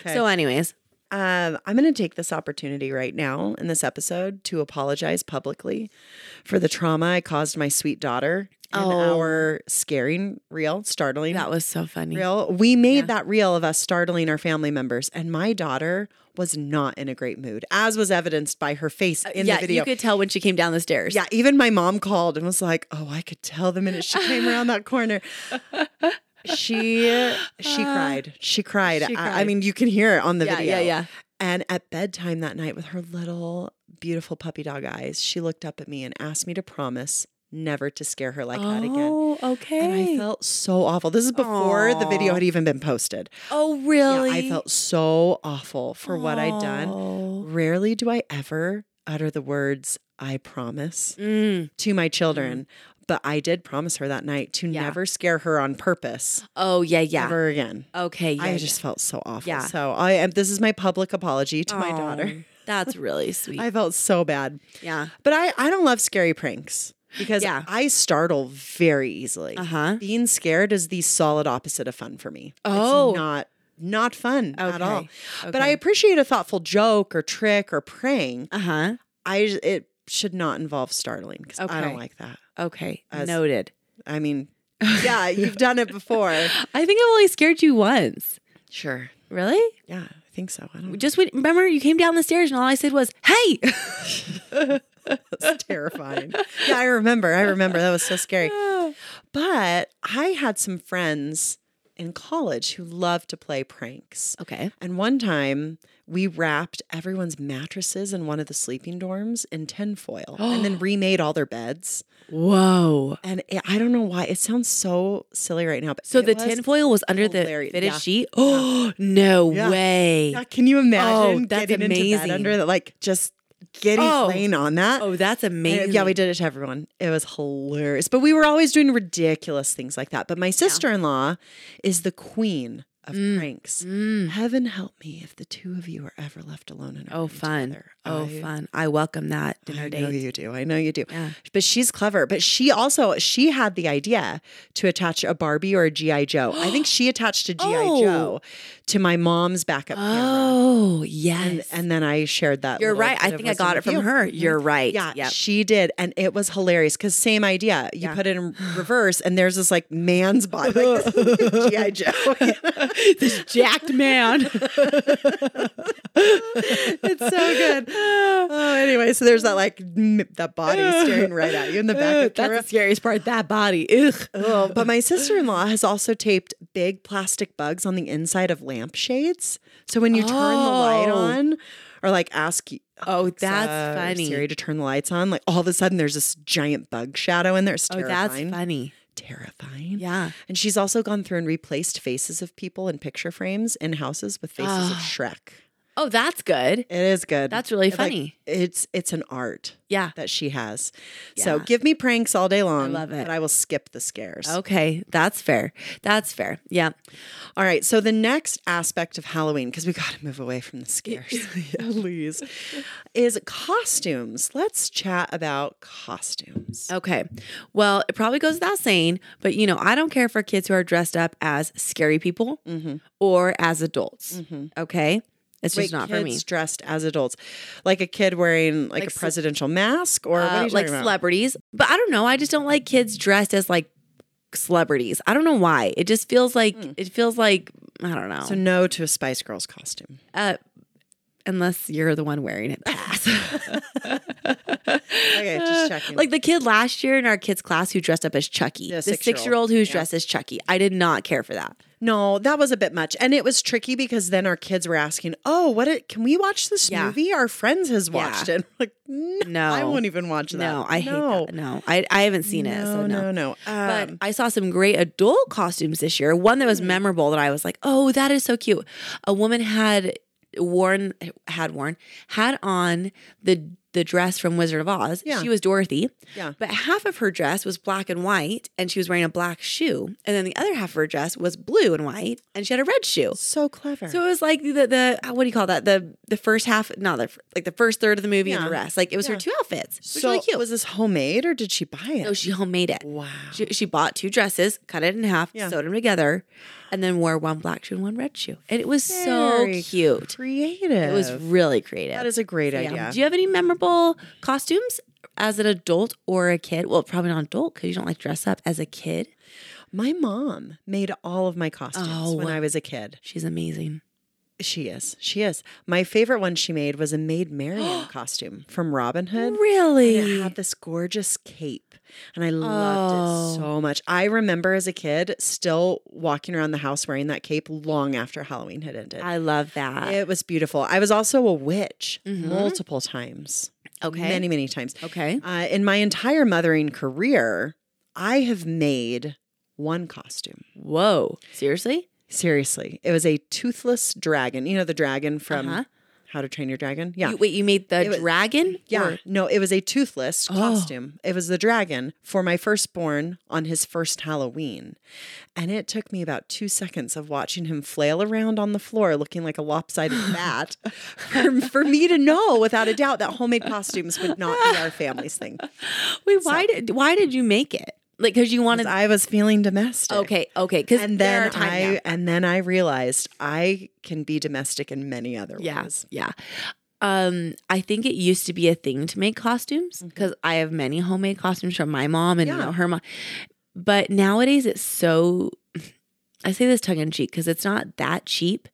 S2: So, anyways,
S1: Um, I'm going to take this opportunity right now in this episode to apologize publicly for the trauma I caused my sweet daughter in
S2: Oh.
S1: our scaring reel, startling
S2: that was so funny.
S1: reel. We made that reel of us startling our family members, and my daughter was not in a great mood, as was evidenced by her face in
S2: Uh, yeah,
S1: the video.
S2: you could tell when she came down the stairs.
S1: yeah, even my mom called and was like, "Oh, I could tell the minute she came around that corner." She she cried. She cried.
S2: Uh, she
S1: I, I
S2: cried.
S1: mean, you can hear it on the
S2: yeah,
S1: video.
S2: yeah, yeah.
S1: And at bedtime that night, with her little beautiful puppy dog eyes, she looked up at me and asked me to promise never to scare her like that again.
S2: oh, okay.
S1: And I felt so awful. This is before the video
S2: Aw.
S1: had even been posted.
S2: oh,
S1: Yeah,
S2: really?
S1: I felt so awful for what I'd done.
S2: Oh.
S1: Rarely do I ever utter the words, I promise
S2: Mm.
S1: to my children, but I did promise her that night to
S2: Mm-hmm. Yeah.
S1: never scare her on purpose
S2: Oh, yeah, yeah.
S1: ever again.
S2: Okay, yeah.
S1: I
S2: yeah.
S1: just felt so awful.
S2: Yeah.
S1: So I am, this is my public apology to my
S2: Aw,
S1: daughter.
S2: That's really sweet.
S1: I felt so bad.
S2: yeah.
S1: But I, I don't love scary pranks because
S2: Yeah.
S1: I startle very easily.
S2: Uh huh.
S1: Being scared is the solid opposite of fun for me.
S2: Oh.
S1: It's not not fun at all.
S2: Okay.
S1: But I appreciate a thoughtful joke or trick or prank.
S2: Uh huh.
S1: I it should not involve startling because I don't
S2: Okay.
S1: like that.
S2: Okay.
S1: As-
S2: Noted.
S1: I mean, yeah, you've done it before.
S2: I think I've only scared you once.
S1: Sure.
S2: Really?
S1: Yeah, I think so. I don't
S2: Just when, remember, you came down the stairs and all I said was, "Hey."
S1: That's terrifying. Yeah, I remember. I remember. That was so scary. But I had some friends in college who loved to play pranks.
S2: okay.
S1: And one time we wrapped everyone's mattresses in one of the sleeping dorms in tinfoil and then remade all their beds.
S2: Whoa.
S1: And it, I don't know why. It sounds so silly right now. But
S2: So
S1: it
S2: the
S1: was-
S2: tinfoil was under
S1: hilarious.
S2: the fitted
S1: Yeah.
S2: sheet. Oh no
S1: Yeah.
S2: way!
S1: Yeah, can you imagine
S2: Oh, that's
S1: getting into bed
S2: amazing.
S1: under that? Like just getting
S2: Oh.
S1: plain on that.
S2: Oh, that's
S1: And,
S2: amazing.
S1: yeah, we did it to everyone. It was hilarious. But we were always doing ridiculous things like that. But my sister in law is the queen of pranks.
S2: Mm.
S1: Heaven help me if the two of you are ever left alone in a
S2: Oh
S1: room
S2: fun.
S1: together.
S2: Oh
S1: I-
S2: fun. I welcome that
S1: I
S2: dinner
S1: know
S2: date.
S1: you do. I know you do.
S2: Yeah.
S1: But she's clever. But she also she had the idea to attach a Barbie or a GI Joe. I think she attached a GI
S2: Oh.
S1: Joe to my mom's backup camera,
S2: Oh yes.
S1: and, and then I shared that.
S2: You're
S1: little
S2: right. I
S1: bit of
S2: think I
S1: wisdom
S2: got it
S1: with
S2: from
S1: you. Mm-hmm.
S2: her. You're right.
S1: Yeah,
S2: Yep.
S1: she did, and it was hilarious because same idea. You
S2: Yeah.
S1: put it in reverse, and there's this like man's body, like this GI Joe.
S2: this jacked man.
S1: it's so good. Oh, anyway, so there's that like m- that body staring right at you in the back of the camera.
S2: scariest part. That body. Ugh.
S1: Oh, but my sister-in-law has also taped big plastic bugs on the inside of lampshades. So when you turn the light
S2: Oh.
S1: on, or like ask y-
S2: Oh, that's
S1: Alexa or
S2: funny.
S1: Siri to turn the lights on, like all of a sudden there's this giant bug shadow in there. It's
S2: Oh, that's
S1: terrifying. Mm-hmm.
S2: funny.
S1: Terrifying.
S2: Yeah.
S1: And she's also gone through and replaced faces of people in picture frames in houses with faces of Shrek.
S2: Oh, that's good.
S1: It is good.
S2: Ah. That's really
S1: It, like,
S2: funny.
S1: it's it's an art
S2: Yeah.
S1: that she has. So
S2: Yeah.
S1: give me pranks all day long.
S2: love it.
S1: But I will skip the scares.
S2: Okay, that's fair. That's fair. Yeah.
S1: All right. So the next aspect of Halloween, because we got to move away from the scares, please, is costumes. Let's chat about costumes.
S2: Okay. Well, it probably goes without saying, but you know, I don't care for kids who are dressed up as scary people
S1: Mm-hmm.
S2: or as adults. Okay. It's just
S1: Wait,
S2: not
S1: kids
S2: for me.
S1: dressed as adults, like a kid wearing like,
S2: Like
S1: a
S2: ce-
S1: presidential mask, or what
S2: Uh,
S1: are you
S2: like
S1: talking about?
S2: celebrities. But I don't know. I just don't like kids dressed as like celebrities. I don't know why. It just feels like it feels like I don't know.
S1: Hmm. So no to a Spice Girls costume.
S2: uh, unless you're the one wearing it. Pass.
S1: Okay, just checking.
S2: like the kid last year in our kids class who dressed up as Chucky.
S1: The
S2: the
S1: six-year-old.
S2: six year old who's dressed as Chucky. I did not care for that.
S1: No, that was a bit much. And it was tricky because then our kids were asking, "Oh, what it, can we watch this
S2: Yeah.
S1: movie? Our friends has watched it." Like, no,
S2: No.
S1: I won't even watch that.
S2: No, I
S1: No.
S2: hate that. No, I, I haven't seen it. So no.
S1: No, no, no.
S2: But
S1: Um, Mm-hmm.
S2: I saw some great adult costumes this year. One that was memorable that I was like, oh, that is so cute. A woman had worn had worn had on the the dress from Wizard of Oz.
S1: Yeah.
S2: She was Dorothy.
S1: Yeah.
S2: But half of her dress was black and white and she was wearing a black shoe. And then the other half of her dress was blue and white and she had a red shoe.
S1: so clever.
S2: So it was like the the uh, what do you call that? The the first half, not the like the first third of the movie and
S1: Yeah.
S2: the rest. Like it was
S1: Yeah.
S2: her two outfits. It was
S1: So
S2: really cute.
S1: was this homemade or did she buy it?
S2: so she homemade it.
S1: wow.
S2: She, she bought two dresses, cut it in half,
S1: Yeah.
S2: sewed them together, and then wore one black shoe and one red shoe. And it was so
S1: Very
S2: cute.
S1: Creative.
S2: It was really creative.
S1: that is a great
S2: Yeah.
S1: idea.
S2: Do you have any memorable costumes as an adult or a kid? Well, probably not adult because you don't like dress up as a kid.
S1: My mom made all of my costumes
S2: Oh.
S1: when I was a kid.
S2: She's amazing.
S1: She is. She is. My favorite one she made was a Maid Marian costume from Robin Hood. And it
S2: Really?
S1: had this gorgeous cape, and I loved
S2: Oh.
S1: it so much. I remember as a kid still walking around the house wearing that cape long after Halloween had ended.
S2: I love that.
S1: it was beautiful. I was also a witch
S2: Mhm.
S1: multiple times,
S2: Okay.
S1: many, many times.
S2: okay.
S1: Uh, in my entire mothering career, I have made one costume.
S2: Whoa. Seriously?
S1: Seriously, it was a toothless dragon. You know the dragon from
S2: Uh-huh.
S1: How to Train Your Dragon. Yeah,
S2: You- wait, you made the
S1: It was-
S2: dragon?
S1: yeah.
S2: Or-
S1: no, it was a toothless
S2: Oh.
S1: costume. It was the dragon for my firstborn on his first Halloween, and it took me about two seconds of watching him flail around on the floor, looking like a lopsided bat, for, for me to know without a doubt that homemade costumes would not be our family's thing. 'Cause
S2: Wait, why did why did you make it? Like because you wanted
S1: I was feeling domestic.
S2: Okay, okay. Because
S1: and then I and then I realized I can be domestic in many other
S2: yeah,
S1: ways.
S2: yeah. Um, I think it used to be a thing to make costumes because I have many homemade costumes from my mom and you
S1: Yeah.
S2: know, her mom. But nowadays, it's so. I say this tongue in cheek because it's not that cheap,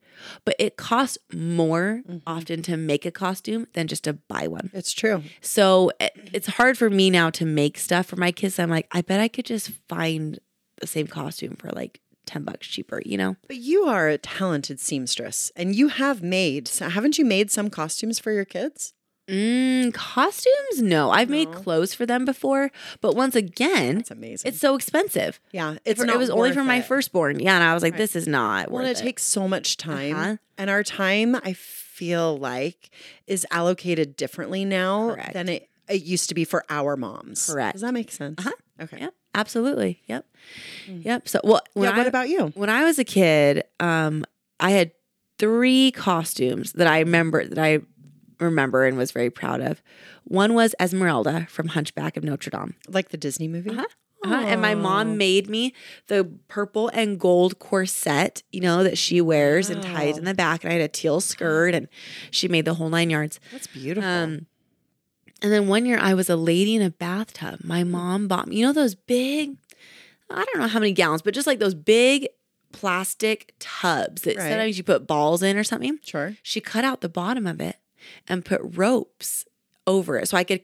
S2: but it costs more
S1: Mhm.
S2: often to make a costume than just to buy one.
S1: It's true.
S2: So it, it's hard for me now to make stuff for my kids. I'm like, I bet I could just find the same costume for like ten bucks cheaper. You know.
S1: But you are a talented seamstress and you have made, so haven't you made some costumes for your kids?
S2: Mm, costumes? No, I've made
S1: No.
S2: clothes for them before, but once again,
S1: That's amazing.
S2: it's so expensive.
S1: yeah, it's
S2: For-
S1: not
S2: it was only
S1: worth
S2: for my
S1: it.
S2: firstborn. Yeah, and I was like,
S1: Right.
S2: this is not
S1: Well,
S2: worth
S1: and
S2: it.
S1: it takes so much time.
S2: Uh-huh.
S1: And our time, I feel like, is allocated differently now
S2: Correct.
S1: than it, it used to be for our moms.
S2: Correct.
S1: Does that make sense?
S2: Uh-huh.
S1: Okay.
S2: Yep, absolutely. Yep, yep. So, well, when
S1: Mm. Yeah,
S2: I,
S1: what about you?
S2: when I was a kid, um, I had three costumes that I remember that I remember and was very proud of. One was Esmeralda from Hunchback of Notre Dame.
S1: Like the Disney movie?
S2: Uh-huh. Uh-huh. And my
S1: Oh.
S2: mom made me the purple and gold corset, you know, that she wears and ties
S1: Wow.
S2: in the back. And I had a teal skirt and she made the whole nine yards.
S1: That's beautiful.
S2: Um, and then one year I was a lady in a bathtub. My
S1: Mm.
S2: mom bought me, you know, those big, I don't know how many gallons, but just like those big plastic tubs that
S1: Right.
S2: sometimes you put balls in or something.
S1: sure.
S2: She cut out the bottom of it and put ropes over it so I could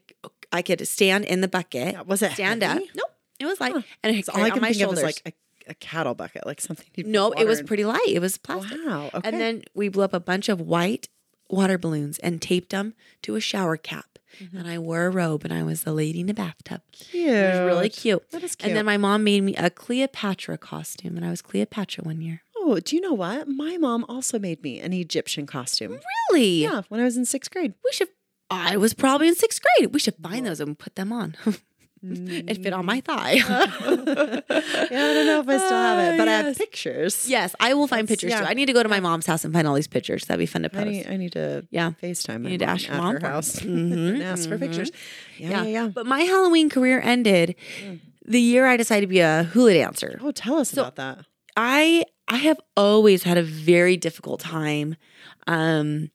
S2: I could stand in the bucket
S1: Yeah, was it
S2: stand
S1: heavy?
S2: up. Nope. It was like
S1: Huh.
S2: and it
S1: So all I
S2: carried on
S1: can
S2: my
S1: think
S2: shoulders.
S1: of is like a, a cattle bucket, like something you
S2: no, it was
S1: pretty.
S2: pretty light. It was plastic.
S1: Wow. Okay.
S2: And then we blew up a bunch of white water balloons and taped them to a shower cap.
S1: Mm-hmm.
S2: And I wore a robe and I was the lady in the bathtub.
S1: cute.
S2: It was really cute.
S1: That is cute.
S2: And then my mom made me a Cleopatra costume and I was Cleopatra one year.
S1: oh, do you know what? My mom also made me an Egyptian costume.
S2: Really?
S1: Yeah, when I was in sixth grade.
S2: We should I was probably in sixth grade. We should find those and put them on. it fit on my thigh.
S1: Mm. Yeah, I don't know if I still
S2: Ah,
S1: have it, but I have
S2: yes.
S1: pictures.
S2: Yes, I will find
S1: That's-
S2: pictures
S1: yeah.
S2: too. I need to go to my mom's house and find all these pictures. That'd be fun to
S1: I
S2: post.
S1: need, I need to
S2: yeah.
S1: FaceTime my
S2: need to
S1: mom
S2: ask your
S1: at
S2: mom
S1: her
S2: for it.
S1: house
S2: Mhm,
S1: and ask for
S2: mhm.
S1: pictures. Yeah, yeah, yeah.
S2: But my Halloween career ended the year I decided to be a hula dancer.
S1: Oh, tell us about that.
S2: I I have always had a very difficult time um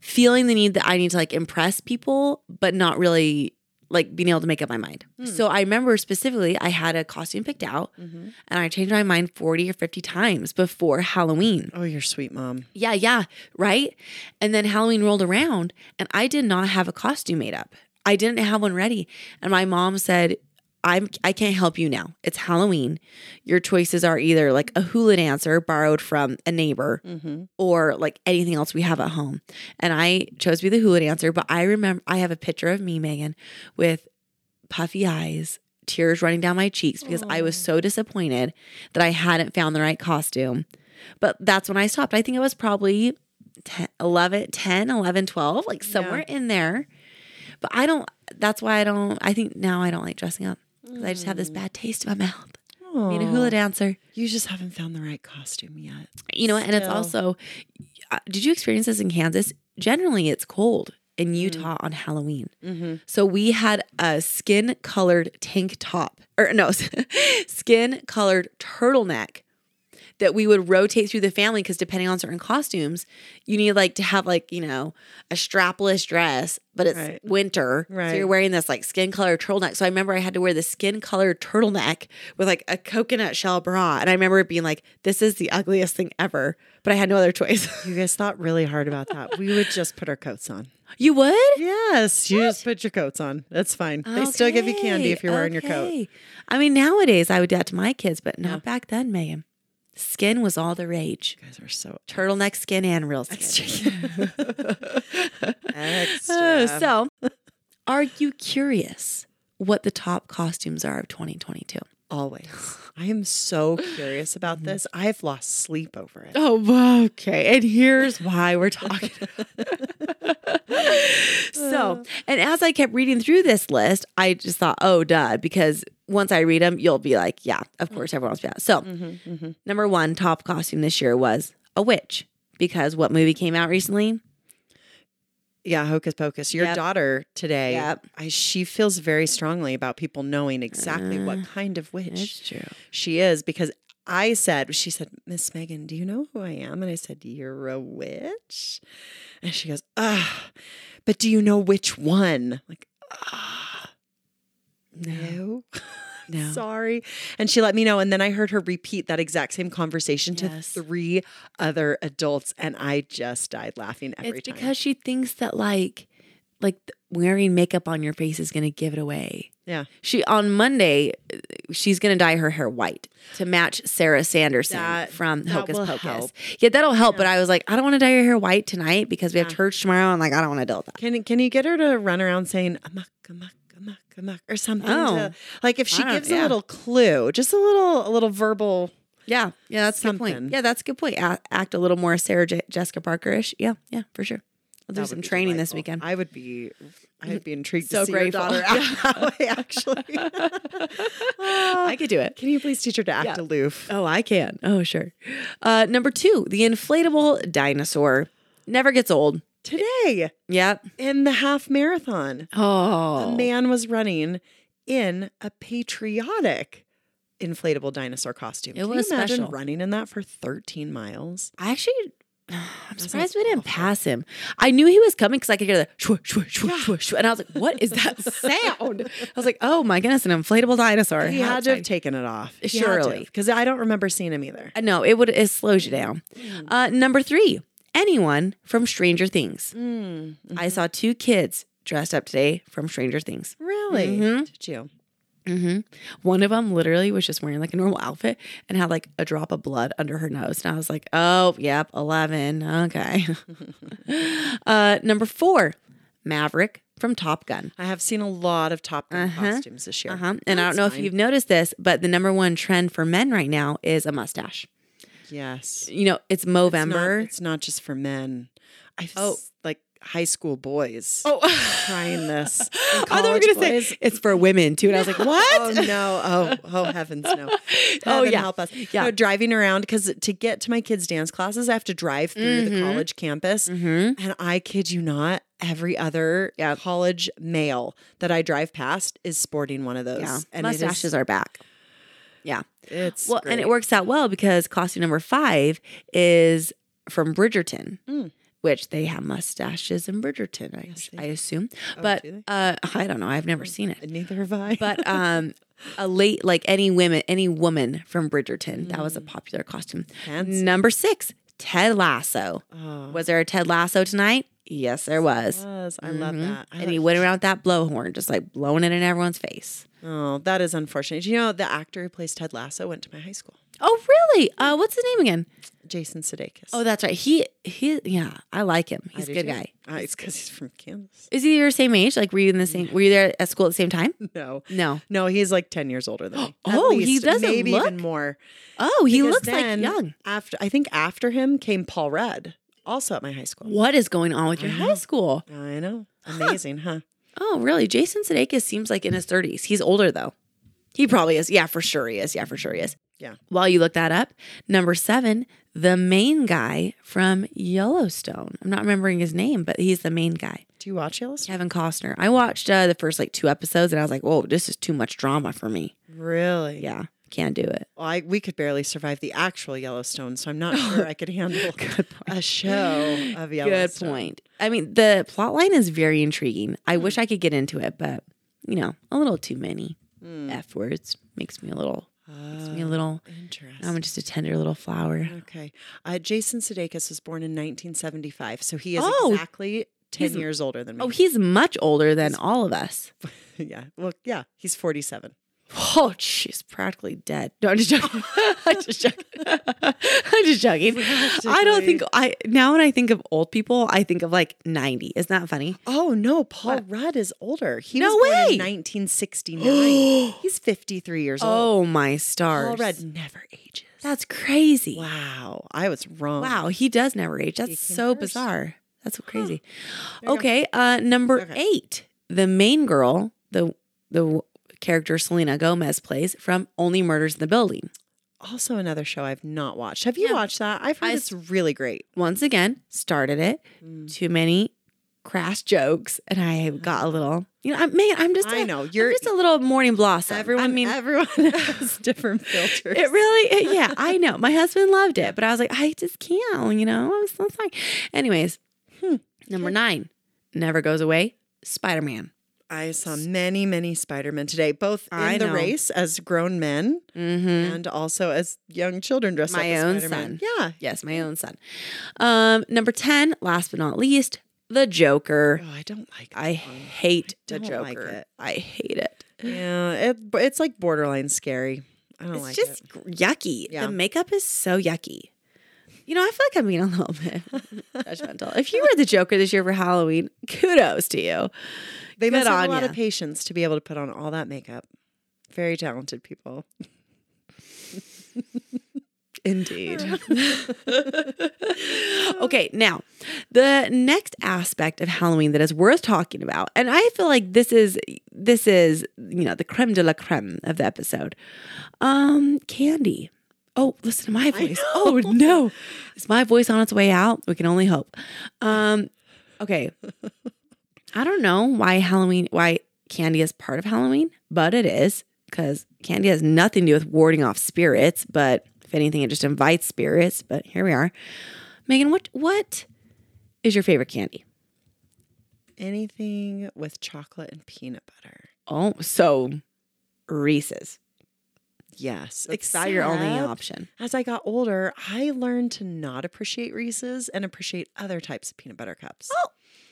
S2: feeling the need that I need to like impress people, but not really like being able to make up my mind.
S1: Hmm.
S2: So I remember specifically I had a costume picked out
S1: Mhm.
S2: and I changed my mind 40 or 50 times before Halloween.
S1: Oh, you're sweet, mom.
S2: Yeah, yeah, right. And then Halloween rolled around, and I did not have a costume made up. I didn't have one ready. And my mom said, I'm I can't help you now. It's Halloween. Your choices are either like a hula dancer borrowed from a neighbor
S1: Mm-hmm.
S2: or like anything else we have at home. And I chose to be the hula dancer, but I remember I have a picture of me, Megan, with puffy eyes, tears running down my cheeks because I was so disappointed that I hadn't found the right costume. But that's when I stopped. I think it was probably 10, 11, 10, 11, 12, like somewhere in there. But I don't, that's why I don't, I think now I don't like dressing up 'cause I just have this bad taste in my mouth. Being a hula dancer.
S1: You just haven't found the right costume yet.
S2: You know, and it's
S1: Still.
S2: also, uh, did you experience this in Kansas? Generally, it's cold in Utah on Halloween.
S1: Mm-hmm.
S2: So we had a skin colored tank top, or no, skin colored turtleneck that we would rotate through the family because depending on certain costumes, you need like to have like, you know, a strapless dress, but it's
S1: Right.
S2: winter. So
S1: Right.
S2: you're wearing this like skin colored turtleneck. So I remember I had to wear the skin colored turtleneck with like a coconut shell bra. And I remember it being like, this is the ugliest thing ever, but I had no other choice.
S1: You guys thought really hard about that. We would just put our coats on.
S2: you would?
S1: Yes, you just put your coats on. That's fine. They still give you candy if you're wearing your coat.
S2: okay. I mean, nowadays I would do that to my kids, but not back then, Megan. Skin was all the rage.
S1: You guys are so
S2: Turtleneck skin and real skin. Oh,
S1: extra.
S2: Uh, so, are you curious what the top costumes are of 2022?
S1: Always. I am so curious about this. I've lost sleep over it.
S2: Mm-hmm. Oh, okay. And here's why we're talking. so, and as I kept reading through this list, I just thought, oh, duh, because once I read them, you'll be like, yeah, of course, everyone's bad. So, number one top costume this year was a witch because what movie came out recently?
S1: Yeah, hocus pocus. Your
S2: Yep.
S1: daughter today,
S2: Yep.
S1: I, she feels very strongly about people knowing exactly
S2: Uh,
S1: what kind of witch
S2: true.
S1: she is because I said, she said, Miss Megan, do you know who I am? And I said, You're a witch. And she goes, Ah, but do you know which one? Like, ah, no.
S2: No.
S1: Sorry. And she let me know. And then I heard her repeat that exact same conversation
S2: Yes.
S1: to three other adults. And I just died laughing every
S2: it's
S1: time.
S2: because she thinks that like like th- wearing makeup on your face is going to give it away.
S1: Yeah.
S2: She on Monday uh, she's going to dye her hair white to match Sarah Sanderson
S1: That-
S2: from
S1: that
S2: Hocus
S1: will
S2: Pocus.
S1: help.
S2: Yeah, that'll help, but I was like I don't want to dye your hair white tonight because we have church tomorrow and like I don't want to deal with that.
S1: Can can you get her to run around saying amok amok amok amok or something?
S2: Oh.
S1: to- like if she
S2: I don't-
S1: gives
S2: yeah.
S1: a little clue, just a little a little verbal.
S2: Yeah. Yeah, that's a good
S1: Something.
S2: point. Yeah, that's a good point. A- act a little more Sarah J- Jessica Parker-ish. Yeah, yeah, for sure. I'll do
S1: that
S2: some
S1: would be
S2: training this
S1: delightful.
S2: weekend.
S1: I would be I'd be intrigued
S2: So
S1: to see your
S2: grateful.
S1: daughter act that way. Actually,
S2: I could do it.
S1: can you please teach her to act
S2: Yeah.
S1: aloof?
S2: Oh, I can. Oh, sure. Uh, number two, the inflatable dinosaur never gets old.
S1: Today
S2: Yep.
S1: in the half marathon,
S2: Oh,
S1: a man was running in a patriotic inflatable dinosaur costume.
S2: It
S1: can
S2: was
S1: you imagine
S2: special.
S1: running in that for 13 miles?
S2: I actually, I'm surprised
S1: sounds
S2: we didn't
S1: awful.
S2: pass him. I knew he was coming because I could hear the shwa, shwa, shwa, shwa, shwa, and I was like, "What is that sound?" I was like, "Oh my goodness, an inflatable dinosaur."
S1: He
S2: How
S1: had to have
S2: exciting.
S1: taken it off.
S2: Surely.
S1: Because I don't remember seeing him either.
S2: Uh, no, it would it slows you down. Uh, number three, anyone from Stranger Things. I saw two kids dressed up today from Stranger Things.
S1: Really?
S2: Mm-hmm.
S1: Did you?
S2: hmm One of them literally was just wearing like a normal outfit and had like a drop of blood under her nose. And I was like, oh, yep, 11. Okay. uh, number four, Maverick from Top Gun.
S1: I have seen a lot of Top Gun
S2: Uh-huh.
S1: costumes this year.
S2: Uh huh. And I don't know if you've noticed this, but the number one trend for men right now is a mustache.
S1: Yes.
S2: You know, it's
S1: It's not,
S2: Movember.
S1: it's not just for men. I've
S2: Oh.
S1: s- like high school boys
S2: oh,
S1: trying this.
S2: I
S1: and
S2: thought we were
S1: college
S2: going to say
S1: boys.
S2: it's for women too. And I was like, what?
S1: Oh no! Oh, oh heavens no!
S2: Oh,
S1: Heaven
S2: yeah.
S1: help us!
S2: Yeah.
S1: No, driving around because to get to my kids' dance classes, I have to drive through the
S2: Mm-hmm.
S1: college campus, and I kid you not, every other college male that I drive past is sporting one of those.
S2: Yeah.
S1: and it is-
S2: Mustaches are back. Yeah.
S1: It's
S2: Well, and
S1: great.
S2: it works out well because costume number five is from Bridgerton,
S1: Mm.
S2: which they have mustaches in Bridgerton, I,
S1: Yes, they
S2: I assume. but
S1: do
S2: uh, I don't know. I've never seen it.
S1: Neither have I.
S2: But um, a late, like any women, any woman from Bridgerton, that was a popular costume.
S1: Fancy.
S2: Number six, Ted Lasso.
S1: Oh,
S2: Was there a Ted Lasso tonight? Yes, there was.
S1: yes, I love
S2: Mhm.
S1: that. I
S2: and he
S1: love-
S2: went around with that blowhorn, just like blowing it in everyone's face.
S1: Oh, that is unfortunate. Do you know the actor who plays Ted Lasso went to my high school?
S2: Oh, really? Uh, what's his name again?
S1: Jason Sudeikis.
S2: Oh, that's right. He he. Yeah, I like him. He's a
S1: do
S2: good
S1: too.
S2: guy.
S1: Uh, it's because he's from Kansas.
S2: Is he your same age? Like, were you in the same? Were you there at school at the same time?
S1: No,
S2: No.
S1: no, he's like ten years older than me. At
S2: Oh, he
S1: least,
S2: doesn't
S1: maybe
S2: look-
S1: even more.
S2: Oh, he
S1: Because
S2: looks like
S1: then
S2: young.
S1: After I think after him came Paul Rudd, also at my high school.
S2: What is going on with your
S1: Mm-hmm.
S2: high school?
S1: I know, amazing, huh?
S2: Oh, really? Jason Sudeikis seems like in his 30s. He's older though. He probably is. Yeah, for sure he is. Yeah, for sure he is.
S1: Yeah.
S2: While you look that up, number seven, the main guy from Yellowstone. I'm not remembering his name, but he's the main guy,
S1: Do you watch Yellowstone?
S2: Kevin Costner. I watched uh, the first like two episodes and I was like, whoa, this is too much drama for me.
S1: Really?
S2: Yeah, can't do it.
S1: Well, I, we could barely survive the actual Yellowstone, so I'm not sure I could handle a show of
S2: Good
S1: Yellowstone.
S2: point. I mean, the plot line is very intriguing. I wish I could get into it, but you know, a little too many f words makes me a little. makes me a little.
S1: Interesting.
S2: I'm just a tender little flower.
S1: Okay. Uh, Jason Sudeikis was born in 1975, so he is
S2: Oh.
S1: exactly 10 years older than me.
S2: Oh, he's much older than all of us.
S1: yeah. Well, yeah, he's 47.
S2: Oh, she's practically dead. No, I'm just joking. I'm just joking. I'm just joking. I don't think I now when I think of old people, I think of like 90. Isn't that funny?
S1: Oh, no, Paul Rudd is older. He
S2: No
S1: was born
S2: way!
S1: in 1969. he's 53 years old.
S2: Oh my stars.
S1: Paul Rudd never ages.
S2: That's crazy.
S1: Wow. I was wrong.
S2: Wow, he does never age. That's
S1: came
S2: so
S1: first.
S2: bizarre. That's so crazy.
S1: you go.
S2: Okay, uh, number
S1: Okay.
S2: eight, the main girl, the the w- character Selena Gomez plays from Only Murders in the Building.
S1: Also, another show I've not watched. Have you
S2: Yeah.
S1: watched that? I've heard
S2: I Mm.
S1: it's really great.
S2: Once again, started it. Too many crass jokes, and I got a little. You know, I, man, I'm just.
S1: I
S2: a-
S1: know,
S2: I'm
S1: you're-
S2: just a little morning blossom.
S1: Everyone,
S2: I mean,
S1: everyone has different filters.
S2: It really, it- yeah, I know. My husband loved it, but I was like, I just can't, you know, I'm so sorry. Anyways, hmm, number nine, never goes away Spider Man.
S1: I saw many, many Spider-Men today, both in
S2: I
S1: the
S2: know.
S1: race as grown men
S2: Mm-hmm.
S1: and also as young children dressed
S2: My
S1: up as
S2: own son.
S1: Spider-Man. Yeah.
S2: Yes, my own son. Um, number 10, last but not least, The Joker.
S1: Oh, I don't like that
S2: I
S1: one.
S2: hate The
S1: don't like
S2: Joker.
S1: it.
S2: I hate it.
S1: Yeah, it, it's like borderline scary. I don't
S2: It's
S1: like
S2: just
S1: it.
S2: gr- yucky.
S1: Yeah.
S2: The makeup is so yucky. You know, I feel like I'm being a little bit judgmental. If you were the Joker this year for Halloween, kudos to you.
S1: They must
S2: good
S1: have
S2: on
S1: a lot of
S2: ya.
S1: patience to be able to put on all that makeup. Very talented people.
S2: Indeed. okay, now the next aspect of Halloween that is worth talking about, and I feel like this is this is you know the creme de la creme of the episode, um, candy. Oh, listen to my voice. Oh no, is my voice on its way out? We can only hope. Um, okay, I don't know why Halloween, why candy is part of Halloween, but it is because candy has nothing to do with warding off spirits. But if anything, it just invites spirits. But here we are. Megan, what what is your favorite candy?
S1: Anything with chocolate and peanut butter.
S2: Oh, so Reese's.
S1: Yes.
S2: It's not your only
S1: except
S2: option.
S1: As I got older, I learned to not appreciate Reese's and appreciate other types of peanut butter cups.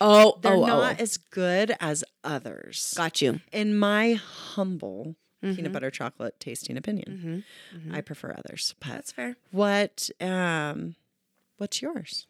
S2: Oh,
S1: They're
S2: oh, oh,
S1: not
S2: oh.
S1: as good as others.
S2: Got you.
S1: In my humble peanut butter chocolate tasting
S2: Mm-hmm.
S1: opinion, I prefer others. But Mm-hmm. That's
S2: fair.
S1: What um what's yours?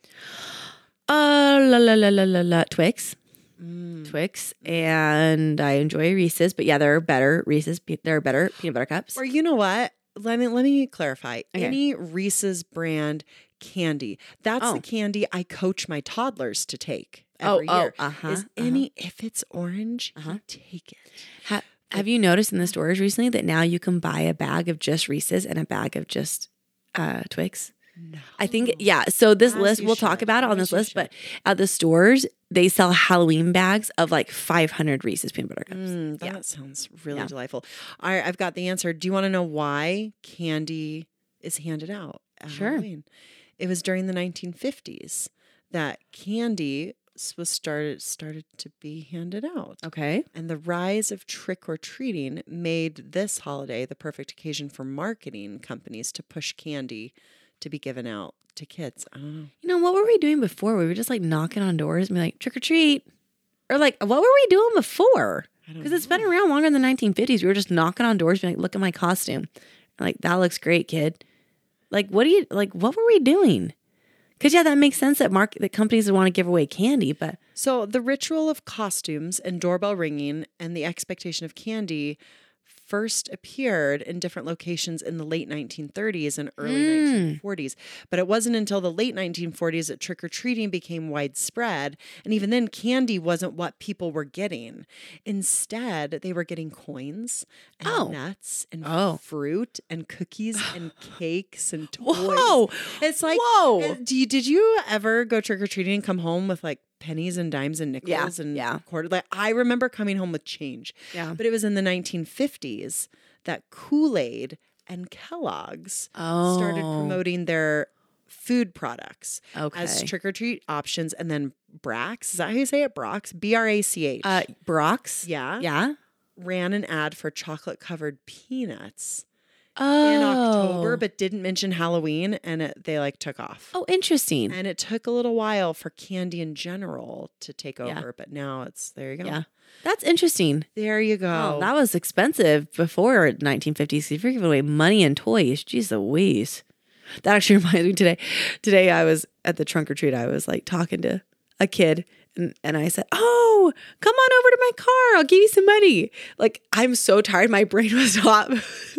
S2: Uh, la la la la la la Twix.
S1: Mm,
S2: Twix, and I enjoy Reese's, but yeah, there are better Reese's. pe- There are better peanut butter cups.
S1: Or you know what? Let me let me clarify.
S2: Okay.
S1: Any Reese's brand candy. That's
S2: Oh.
S1: the candy I coach my toddlers to take
S2: Oh,
S1: every
S2: oh,
S1: year.
S2: uh-huh,
S1: Is any if it's orange, you take it.
S2: Ha- have you noticed in the stores recently that now you can buy a bag of just Reese's and a bag of just uh, Twix?
S1: No.
S2: I think yeah. So this
S1: Yes,
S2: list
S1: Oh. you
S2: we'll talk
S1: should.
S2: about it on
S1: Yes,
S2: this
S1: you
S2: list,
S1: should.
S2: but at the stores they sell Halloween bags of like 500 Reese's peanut butter cups.
S1: Mm, that
S2: yeah.
S1: sounds really
S2: Yeah.
S1: delightful. I, I've got the answer. Do you want to know why candy is handed out? At
S2: Sure.
S1: Halloween? It was during the 1950s that candy s- was started started to be handed out,
S2: Okay.
S1: and the rise of trick or treating made this holiday the perfect occasion for marketing companies to push candy to be given out to kids. I don't know.
S2: You know what were we doing before? We were just like knocking on doors and be like trick or treat, or like what were we doing before?
S1: I don't
S2: Because it's been around longer than the 1950s. We were just knocking on doors, being like, look at my costume. Like, that looks great, kid. Like, what do you, like, what were we doing? Because, yeah, that makes sense that market, that companies would want to give away candy, but
S1: So the ritual of costumes and doorbell ringing and the expectation of candy first appeared in different locations in the late 1930s and early
S2: Hmm.
S1: 1940s. But it wasn't until the late 1940s that trick or treating became widespread. And even then, candy wasn't what people were getting. Instead, they were getting coins and
S2: Oh.
S1: nuts and
S2: Oh.
S1: fruit and cookies and cakes and toys.
S2: whoa,
S1: It's like,
S2: Whoa.
S1: Do you, did you ever go trick or treating and come home with like pennies and dimes and
S2: Yeah,
S1: nickels and
S2: yeah.
S1: quarter? Like I remember coming home with change.
S2: Yeah.
S1: But it was in the 1950s that Kool Aid and Kellogg's
S2: Oh.
S1: started promoting their food products as
S2: Oh, Okay.
S1: trick or treat options, and then Brax is that how you say it? Brax, B R A C H.
S2: Uh, Brock's?
S1: yeah,
S2: Yeah.
S1: ran an ad for chocolate covered peanuts
S2: Oh.
S1: in October, but didn't mention Halloween, and it, they like took off.
S2: Oh, interesting.
S1: And it took a little while for candy in general to take
S2: Yeah.
S1: over, but now it's there you go.
S2: Yeah. That's interesting.
S1: There you
S2: Oh,
S1: go.
S2: that was expensive before 1950s. If you're giving away money and toys, geez Louise. That actually reminds me today. Today I was at the trunk or treat. I was like talking to a kid and, and I said, Oh, come on over to my car. I'll give you some money. Like I'm so tired. My brain was not was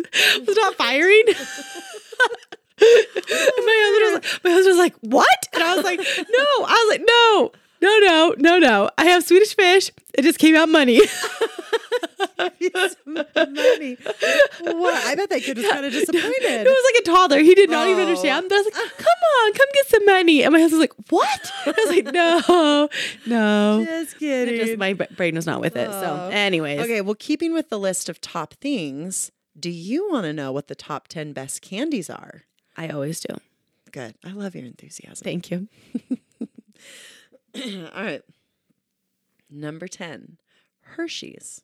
S2: not firing. And my husband was like, my husband was like, what? And I was like, no. I was like, no, no, no, no, no. I have Swedish fish. It just came out money.
S1: money. What? I bet that kid was kind of disappointed.
S2: It was like a toddler. He did not even
S1: Oh.
S2: understand. But I was like, come on, come get some money. And my husband was like, what? I was like, no, no.
S1: Just
S2: And it
S1: kidding.
S2: just, my b- brain was not with it. So,
S1: Oh.
S2: anyways.
S1: okay, well, keeping with the list of top things, do you want to know what the top 10 best candies are?
S2: I always do.
S1: Good. I love your enthusiasm.
S2: Thank you.
S1: All right. Number 10, Hershey's.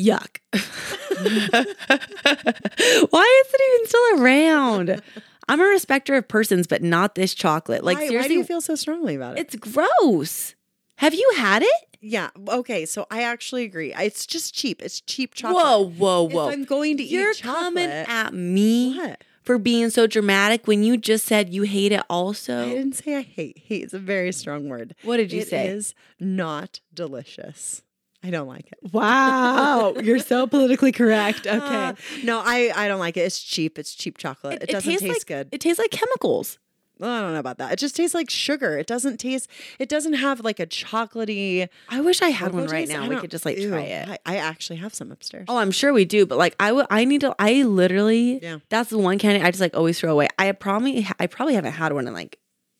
S2: Yuck. Why is it even still around? I'm a respecter of persons, but not this chocolate. Like,
S1: why, why do
S2: seriously,
S1: you feel so strongly about it?
S2: it's gross. Have you had it?
S1: yeah. Okay, so I actually agree. I- It's just cheap. It's cheap chocolate.
S2: Whoa, whoa,
S1: If
S2: whoa.
S1: I'm going to
S2: You're
S1: eat chocolate.
S2: coming at me
S1: What?
S2: for being so dramatic when you just said you hate it
S1: I
S2: also.
S1: didn't say I hate. Hate is a very strong word.
S2: What did you
S1: It
S2: say?
S1: is not delicious. I don't like it.
S2: Wow, you're so politically correct. Okay.
S1: Uh, no, I, I don't like it. It's cheap. It's cheap chocolate. It, doesn't taste
S2: like,
S1: good.
S2: It tastes like chemicals.
S1: Well, I don't know about that. It just tastes like sugar. It doesn't taste. It doesn't have like a chocolatey.
S2: I wish I had
S1: cocoa
S2: one right
S1: taste. I
S2: now. We
S1: don't-
S2: could just like
S1: Ew.
S2: try it.
S1: I, I actually have some upstairs.
S2: Oh, I'm sure we do, but like I would I need to I literally
S1: Yeah.
S2: that's the one candy I just like always throw away. I probably I probably haven't had one in like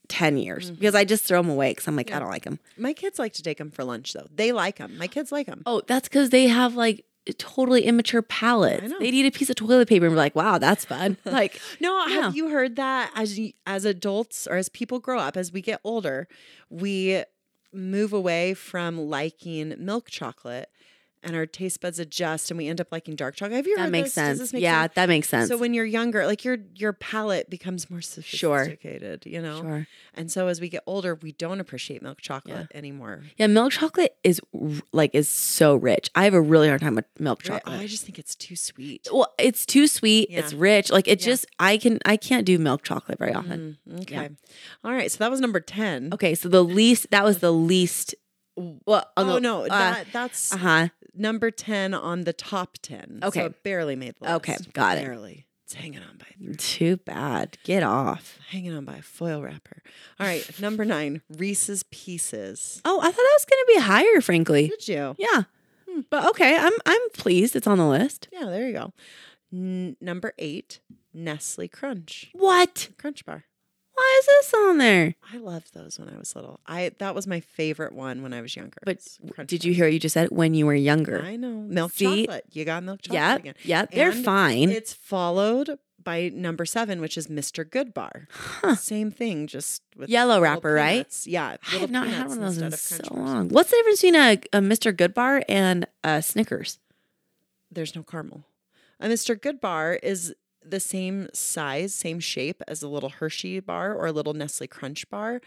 S2: 10 years because I just throw them away cuz I'm like I don't like them.
S1: My kids like to take them for lunch though. They like them. My kids like them.
S2: Oh, that's because they have like totally immature palates.
S1: know.
S2: They'd eat a piece of toilet paper and be like, wow, that's fun. Like,
S1: No,
S2: Yeah.
S1: have you heard that as y- as adults or as people grow up, as we get older, we move away from liking milk chocolate and our taste buds adjust and we end up liking dark chocolate. Have you
S2: that
S1: heard
S2: makes
S1: this? Does
S2: sense.
S1: this make
S2: yeah,
S1: sense?
S2: that makes sense.
S1: So when you're younger, like your your palate becomes more sophisticated, you know?
S2: sure.
S1: And so as we get older, we don't appreciate milk chocolate anymore.
S2: Yeah, milk chocolate is r- like is so rich. I have a really hard time with milk
S1: Right?
S2: chocolate. Oh.
S1: Oh, I just think it's too sweet.
S2: well, it's too sweet. It's
S1: Yeah.
S2: rich. Like it
S1: Yeah.
S2: just I can I can't do milk chocolate very often.
S1: Mm, okay. All right. So that was number 10.
S2: Okay, so the least that was the least. Well,
S1: Oh, no, that, that's
S2: Uh huh.
S1: number 10 on the top 10.
S2: Okay.
S1: So it barely made the list.
S2: Okay, got it.
S1: Barely. It's hanging on by
S2: Too bad. Get off.
S1: hanging on by a foil wrapper. All right, number 9, Reese's Pieces.
S2: Oh, I thought that was gonna be higher, frankly.
S1: Did you?
S2: Yeah,
S1: Hmm.
S2: but okay, I'm I'm pleased it's on the list.
S1: Yeah, there you go. N- number 8, Nestle Crunch.
S2: What?
S1: Crunch bar.
S2: Why is this on there?
S1: I loved those when I was little. I that was my favorite one when I was younger.
S2: But
S1: It's Crunch
S2: Did you hear what you just said when you were
S1: Bar.
S2: younger?
S1: I know. Milk
S2: See?
S1: chocolate. You got milk chocolate again.
S2: Yep, yep. They're
S1: And
S2: fine.
S1: It's followed by number seven, which is Mr. Goodbar. Same thing, just with
S2: Yellow
S1: little
S2: wrapper, right?
S1: peanuts. Yeah,
S2: I have not had one of those in so
S1: Crunch Bars.
S2: long. What's the difference between a, a Mr. Goodbar and a Snickers?
S1: There's no caramel. A Mr. Goodbar is the same size, same shape as a little Hershey bar or a little Nestle Crunch bar.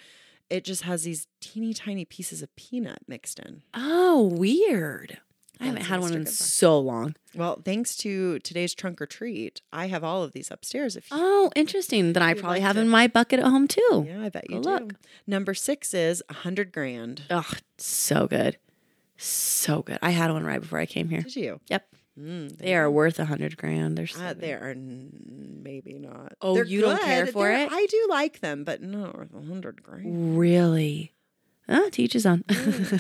S1: it just has these teeny tiny pieces of peanut mixed in.
S2: Oh, weird. I haven't
S1: That's
S2: had
S1: what
S2: one
S1: a
S2: in
S1: sticker book.
S2: so long.
S1: Well, thanks to today's trunk or treat, I have all of these upstairs. If you,
S2: Oh, interesting. That I
S1: You'd
S2: probably
S1: like
S2: have
S1: to-
S2: in my bucket at home too.
S1: yeah, I bet you
S2: Oh, go
S1: do.
S2: look.
S1: Number six is a hundred grand.
S2: Oh, so good. So good. I had one right before I came here.
S1: Did you?
S2: Yep.
S1: Mm,
S2: They are worth a hundred grand. They're so
S1: Uh,
S2: good.
S1: they are n- maybe not.
S2: Oh, you don't care for
S1: They're-
S2: it?
S1: I do like them, but not worth a hundred grand.
S2: really. Oh, teaches on.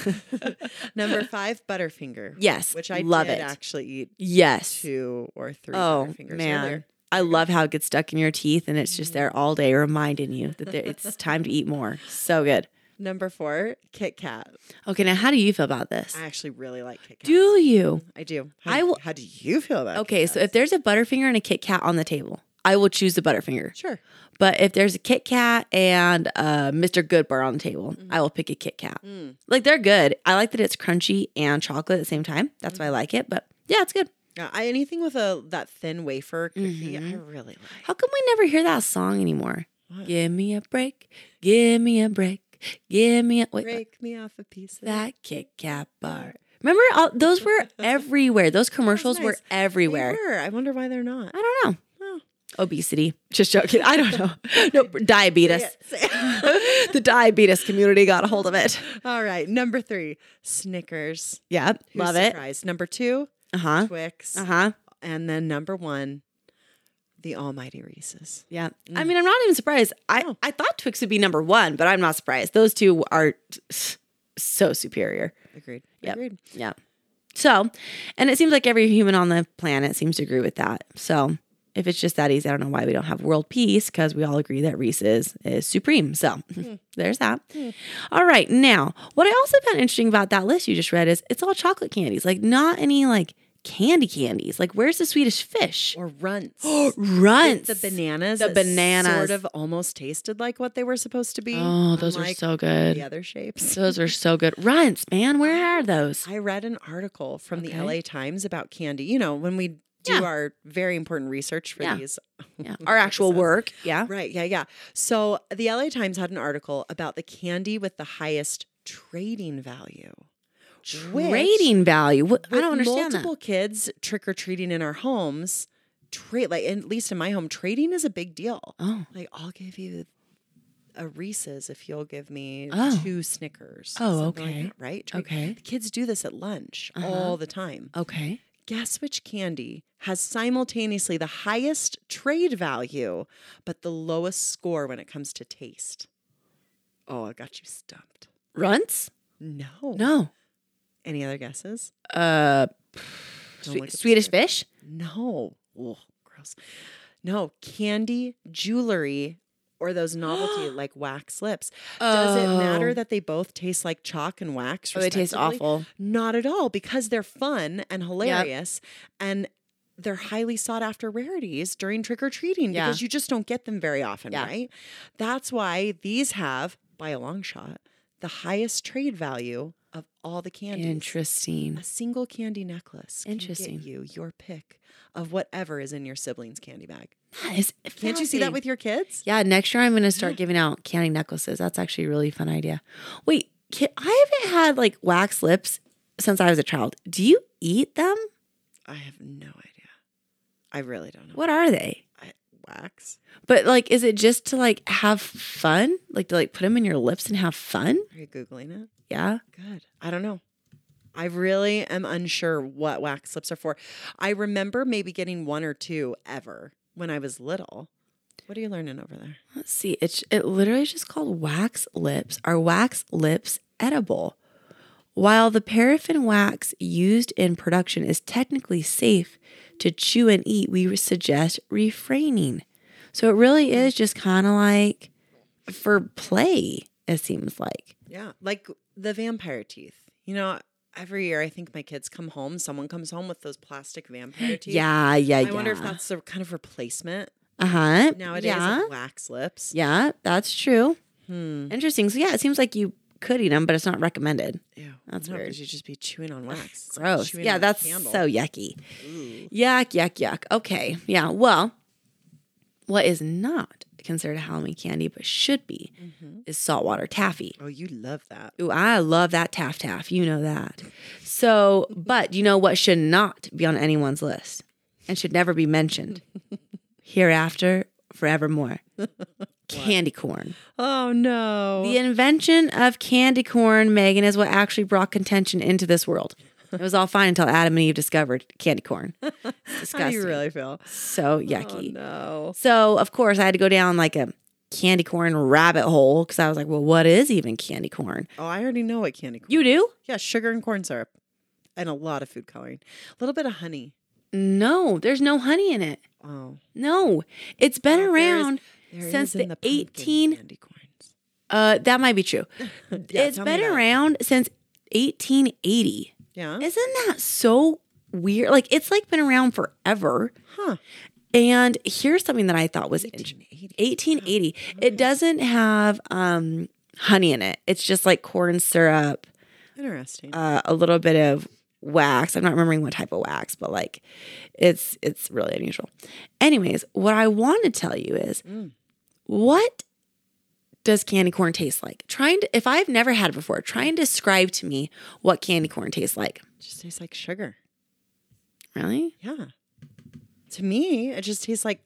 S2: Mm.
S1: Number five, Butterfinger.
S2: yes.
S1: which I
S2: love
S1: did
S2: it.
S1: actually eat
S2: Yes.
S1: two or three.
S2: Oh
S1: Butterfingers
S2: man.
S1: earlier.
S2: I love how it gets stuck in your teeth and it's just
S1: Mm-hmm.
S2: there all day reminding you that there, it's time to eat more. So good.
S1: Number four, Kit Kat.
S2: Okay, now how do you feel about this?
S1: I actually really like Kit Kat.
S2: Do you?
S1: I do. How,
S2: I will-
S1: How do you feel about?
S2: Okay,
S1: Kit
S2: so
S1: Kats?
S2: if there's a Butterfinger and a Kit Kat on the table, I will choose the Butterfinger.
S1: sure.
S2: But if there's a Kit Kat and uh, Mr. Goodbar on the table, I will pick a Kit Kat.
S1: Mm-hmm. Mm.
S2: Like they're good. I like that it's crunchy and chocolate at the same time. That's
S1: Mm-hmm.
S2: why I like it. But yeah, it's good.
S1: Yeah, Uh, I, anything with a that thin wafer cookie, I really like.
S2: Mm-hmm. How come we never hear that song anymore?
S1: What?
S2: Give me a break. Give me a break. Give me a wait.
S1: Break me off a piece of
S2: That Kit Kat bar. Remember, all, those were everywhere. Those commercials were
S1: nice. They
S2: everywhere.
S1: were. I wonder why they're not.
S2: I don't know.
S1: Oh.
S2: Obesity. Just joking. I don't know. No, diabetes. the diabetes community got a hold of it.
S1: All right, number three, Snickers.
S2: Yeah,
S1: Who's
S2: love it.
S1: surprised? Number two,
S2: Uh huh.
S1: Twix,
S2: Uh huh.
S1: and then number one, the Almighty Reese's.
S2: Yeah.
S1: Mm.
S2: I mean, I'm not even surprised. I I thought Twix would be number one, but I'm not surprised. Those two are s- so superior.
S1: Agreed.
S2: Yep.
S1: Agreed.
S2: Yeah. So, and it seems like every human on the planet seems to agree with that. So, if it's just that easy, I don't know why we don't have world peace because we all agree that Reese's is supreme. So,
S1: Hmm.
S2: there's that. All right. Now, what I also found interesting about that list you just read is it's all chocolate candies, like not any like candy candies. Like, where's the Swedish fish?
S1: Or runts.
S2: Runts.
S1: the bananas.
S2: The
S1: that
S2: bananas.
S1: sort of almost tasted like what they were supposed to be.
S2: Oh, those are
S1: unlike
S2: so good.
S1: The other shapes.
S2: Those are so good. Runts, man. Where are those?
S1: I read an article from
S2: Okay.
S1: the LA Times about candy. You know, when we do
S2: Yeah.
S1: our very important research for
S2: Yeah.
S1: these.
S2: Yeah. Our actual
S1: episodes.
S2: work. Yeah.
S1: Right. Yeah. Yeah. So the LA Times had an article about the candy with the highest trading value. which-
S2: Trading value. What- I
S1: with
S2: don't understand that.
S1: multiple kids trick or treating in our homes, trade like at least in my home, trading is a big deal.
S2: Oh.
S1: Like I'll give you a Reese's if you'll give me
S2: Oh.
S1: two Snickers.
S2: Oh,
S1: something like
S2: okay.
S1: that, right. Trade-
S2: Okay. Uh-huh.
S1: The kids do this at lunch all the time.
S2: Okay.
S1: Guess which candy has simultaneously the highest trade value, but the lowest score when it comes to taste? Oh, I got you stumped.
S2: Runts?
S1: No.
S2: No.
S1: Any other guesses?
S2: Uh,
S1: Don't
S2: Swe-
S1: look at the
S2: Swedish
S1: screen.
S2: fish?
S1: No. Oh, gross. No, candy, jewelry, or those novelty like wax lips. Does it matter
S2: Oh.
S1: that they both taste like chalk and wax?
S2: Oh, they taste
S1: respectively?
S2: awful.
S1: Not at all, because they're fun and hilarious and they're highly sought after rarities during trick or treating
S2: Yeah.
S1: because you just don't get them very often,
S2: Yeah.
S1: right? That's why these have, by a long shot, the highest trade value of all the candies.
S2: Interesting.
S1: A single candy necklace can
S2: Interesting.
S1: get you your pick of whatever is in your sibling's candy bag.
S2: That is
S1: Can't you see that
S2: fascinating.
S1: with your kids?
S2: Yeah, next year I'm going to start giving out candy necklaces. That's actually a really fun idea. Wait, can, I haven't had like wax lips since I was a child. Do you eat them?
S1: I have no idea. I really don't know.
S2: What are they?
S1: I- wax?
S2: But like, is it just to like have fun? Like to like put them in your lips and have fun?
S1: Are you googling it?
S2: Yeah.
S1: Good. I don't know. I really am unsure what wax lips are for. I remember maybe getting one or two ever when I was little. What are you learning over there?
S2: Let's see. It's it literally is just called wax lips. Are wax lips edible? While the paraffin wax used in production is technically safe to chew and eat, we suggest refraining. So it really is just kind of like for play. It seems like.
S1: Yeah, like the vampire teeth. You know, every year I think my kids come home, someone comes home with those plastic vampire teeth.
S2: Yeah, yeah,
S1: I
S2: yeah.
S1: wonder if that's the kind of replacement
S2: uh huh.
S1: nowadays
S2: yeah.
S1: of wax lips.
S2: Yeah, that's true.
S1: Hmm.
S2: Interesting. So yeah, it seems like you could eat them, but it's not recommended.
S1: Ew.
S2: That's
S1: No, 'cause
S2: weird.
S1: You just be chewing on wax. It's like
S2: Gross.
S1: chewing
S2: Yeah,
S1: on a
S2: that's
S1: candle.
S2: so yucky.
S1: Ooh.
S2: Yuck, yuck, yuck. Okay. Yeah. Well, what is not considered a Halloween candy, but should be,
S1: Mm-hmm.
S2: is saltwater taffy.
S1: Oh, you love that.
S2: Ooh, I love that taff taff. You know that. So, but you know what should not be on anyone's list and should never be mentioned hereafter, forevermore? candy corn.
S1: Oh no.
S2: The invention of candy corn, Megan, is what actually brought contention into this world. It was all fine until Adam and Eve discovered candy corn. It's
S1: How do
S2: disgusting.
S1: you really feel? Oh,
S2: so yucky.
S1: no.
S2: So, of course, I had to go down like a candy corn rabbit hole because I was like, well, what is even candy corn?
S1: Oh, I already know what candy corn.
S2: You do?
S1: yeah, sugar and corn syrup, and a lot of food coloring, a little bit of honey.
S2: No, there's no honey in it.
S1: Oh,
S2: No, it's been
S1: Oh, there is-
S2: around.
S1: there it
S2: Since
S1: is in
S2: the
S1: pumpkin
S2: 18
S1: candy corns.
S2: Uh, that might be true.
S1: Yeah,
S2: it's
S1: tell me
S2: been
S1: that.
S2: around since 1880.
S1: Yeah.
S2: Isn't that so weird? Like it's like been around forever.
S1: Huh.
S2: And here's something that I thought was interesting.
S1: 1880.
S2: 1880. It doesn't have um honey in it. It's just like corn syrup,
S1: Interesting.
S2: uh, a little bit of wax. I'm not remembering what type of wax, but like it's it's really unusual. Anyways, what I want to tell you is
S1: Mm.
S2: what does candy corn taste like? Trying to if I've never had it before, try and describe to me what candy corn tastes like.
S1: just tastes like sugar.
S2: Really?
S1: Yeah. To me, it just tastes like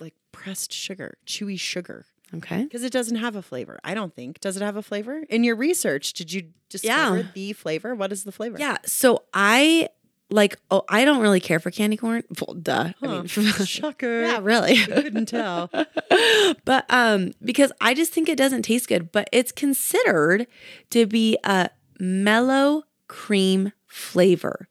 S1: like pressed sugar, chewy sugar,
S2: Okay.
S1: because it doesn't have a flavor. I don't think. Does it have a flavor? In your research, did you discover
S2: Yeah.
S1: the flavor? What is the flavor?
S2: Yeah. So I like oh I don't really care for candy corn. Well, duh. I
S1: Huh.
S2: mean
S1: Shocker.
S2: Yeah, really.
S1: You couldn't tell.
S2: but um because I just think it doesn't taste good, but it's considered to be a mellow cream flavor,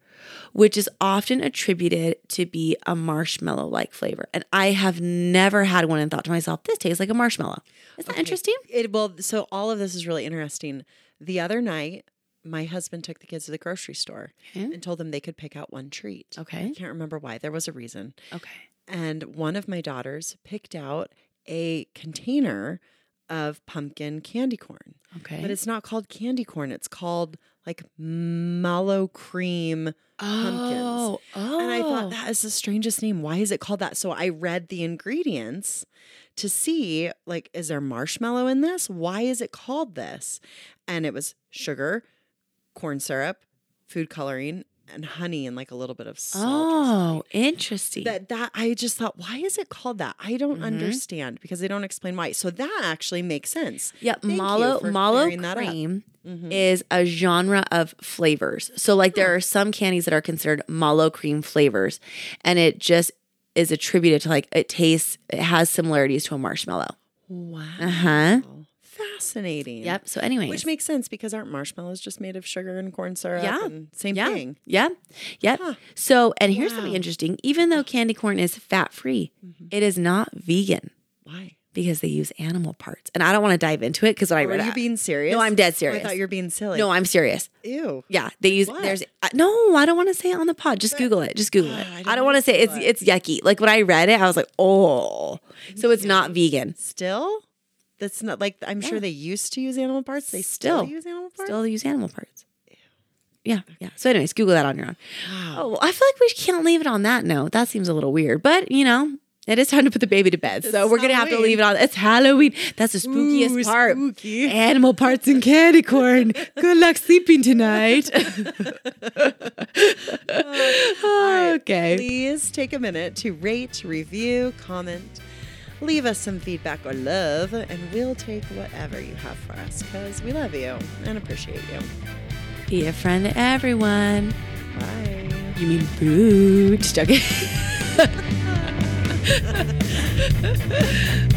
S2: which is often attributed to be a marshmallow like flavor. And I have never had one and thought to myself, this tastes like a marshmallow. Isn't that interesting?
S1: It well, so all of this is really interesting. The other night, my husband took the kids to the grocery store
S2: Okay.
S1: and told them they could pick out one treat. I
S2: Okay.
S1: can't remember why. There was a reason.
S2: Okay.
S1: And one of my daughters picked out a container of pumpkin candy corn.
S2: Okay.
S1: But it's not called candy corn. It's called like mallow cream. pumpkins.
S2: Oh, oh.
S1: And I thought that is the strangest name. Why is it called that? So I read the ingredients to see like is there marshmallow in this? Why is it called this? And it was sugar, corn syrup, food coloring, and honey and like a little bit of salt. or something.
S2: Oh, interesting.
S1: That that I just thought, why is it called that? I don't
S2: Mhm.
S1: understand because they don't explain why. So that actually makes sense.
S2: yeah,
S1: you
S2: mallow
S1: for
S2: mallow
S1: clearing that up.
S2: cream
S1: Mhm.
S2: is a genre of flavors. So like there are some candies that are considered mallow cream flavors and it just is attributed to like it tastes it has similarities to a marshmallow.
S1: Wow.
S2: Uh-huh.
S1: Fascinating.
S2: Yep. So anyways.
S1: Which makes sense because aren't marshmallows just made of sugar and corn syrup?
S2: Yeah.
S1: And same
S2: yeah.
S1: thing.
S2: Yeah. Yep.
S1: Huh.
S2: So and here's something
S1: Wow. Mm-hmm.
S2: interesting. Even though candy corn is fat free, it is not vegan
S1: Why?
S2: because they use animal parts. And I don't want to dive into it because what I
S1: Are
S2: read.
S1: you being serious?
S2: no, I'm dead
S1: Oh, I
S2: serious.
S1: thought you were being silly.
S2: no, I'm serious.
S1: Ew.
S2: Yeah, they use
S1: what?
S2: there's uh, no. I don't want to say it on the pod. Just Google it. Just Google
S1: Ah,
S2: it.
S1: I
S2: I
S1: don't
S2: don't, want to say it. it's
S1: Google
S2: it's yucky. Like when I read it, I was like, oh, so it's not vegan.
S1: Still? That's not like I'm sure
S2: Yeah.
S1: they used to use animal parts. They still,
S2: Still.
S1: use animal parts.
S2: Still use animal parts. Yeah, yeah. So, anyways, Google that on your own. Oh, well, I feel like we can't leave it on that note. That seems a little weird, but you know, it is time to put the baby to bed. So
S1: It's
S2: we're gonna have to
S1: Halloween.
S2: leave it on. It's Halloween. That's the spookiest
S1: Ooh,
S2: part.
S1: spooky.
S2: Animal parts and candy corn. Good luck sleeping tonight.
S1: right,
S2: okay.
S1: Please take a minute to rate, review, comment, leave us some feedback or love, and we'll take whatever you have for us because we love you and appreciate you.
S2: Be a friend to everyone.
S1: Bye.
S2: You mean food? Okay.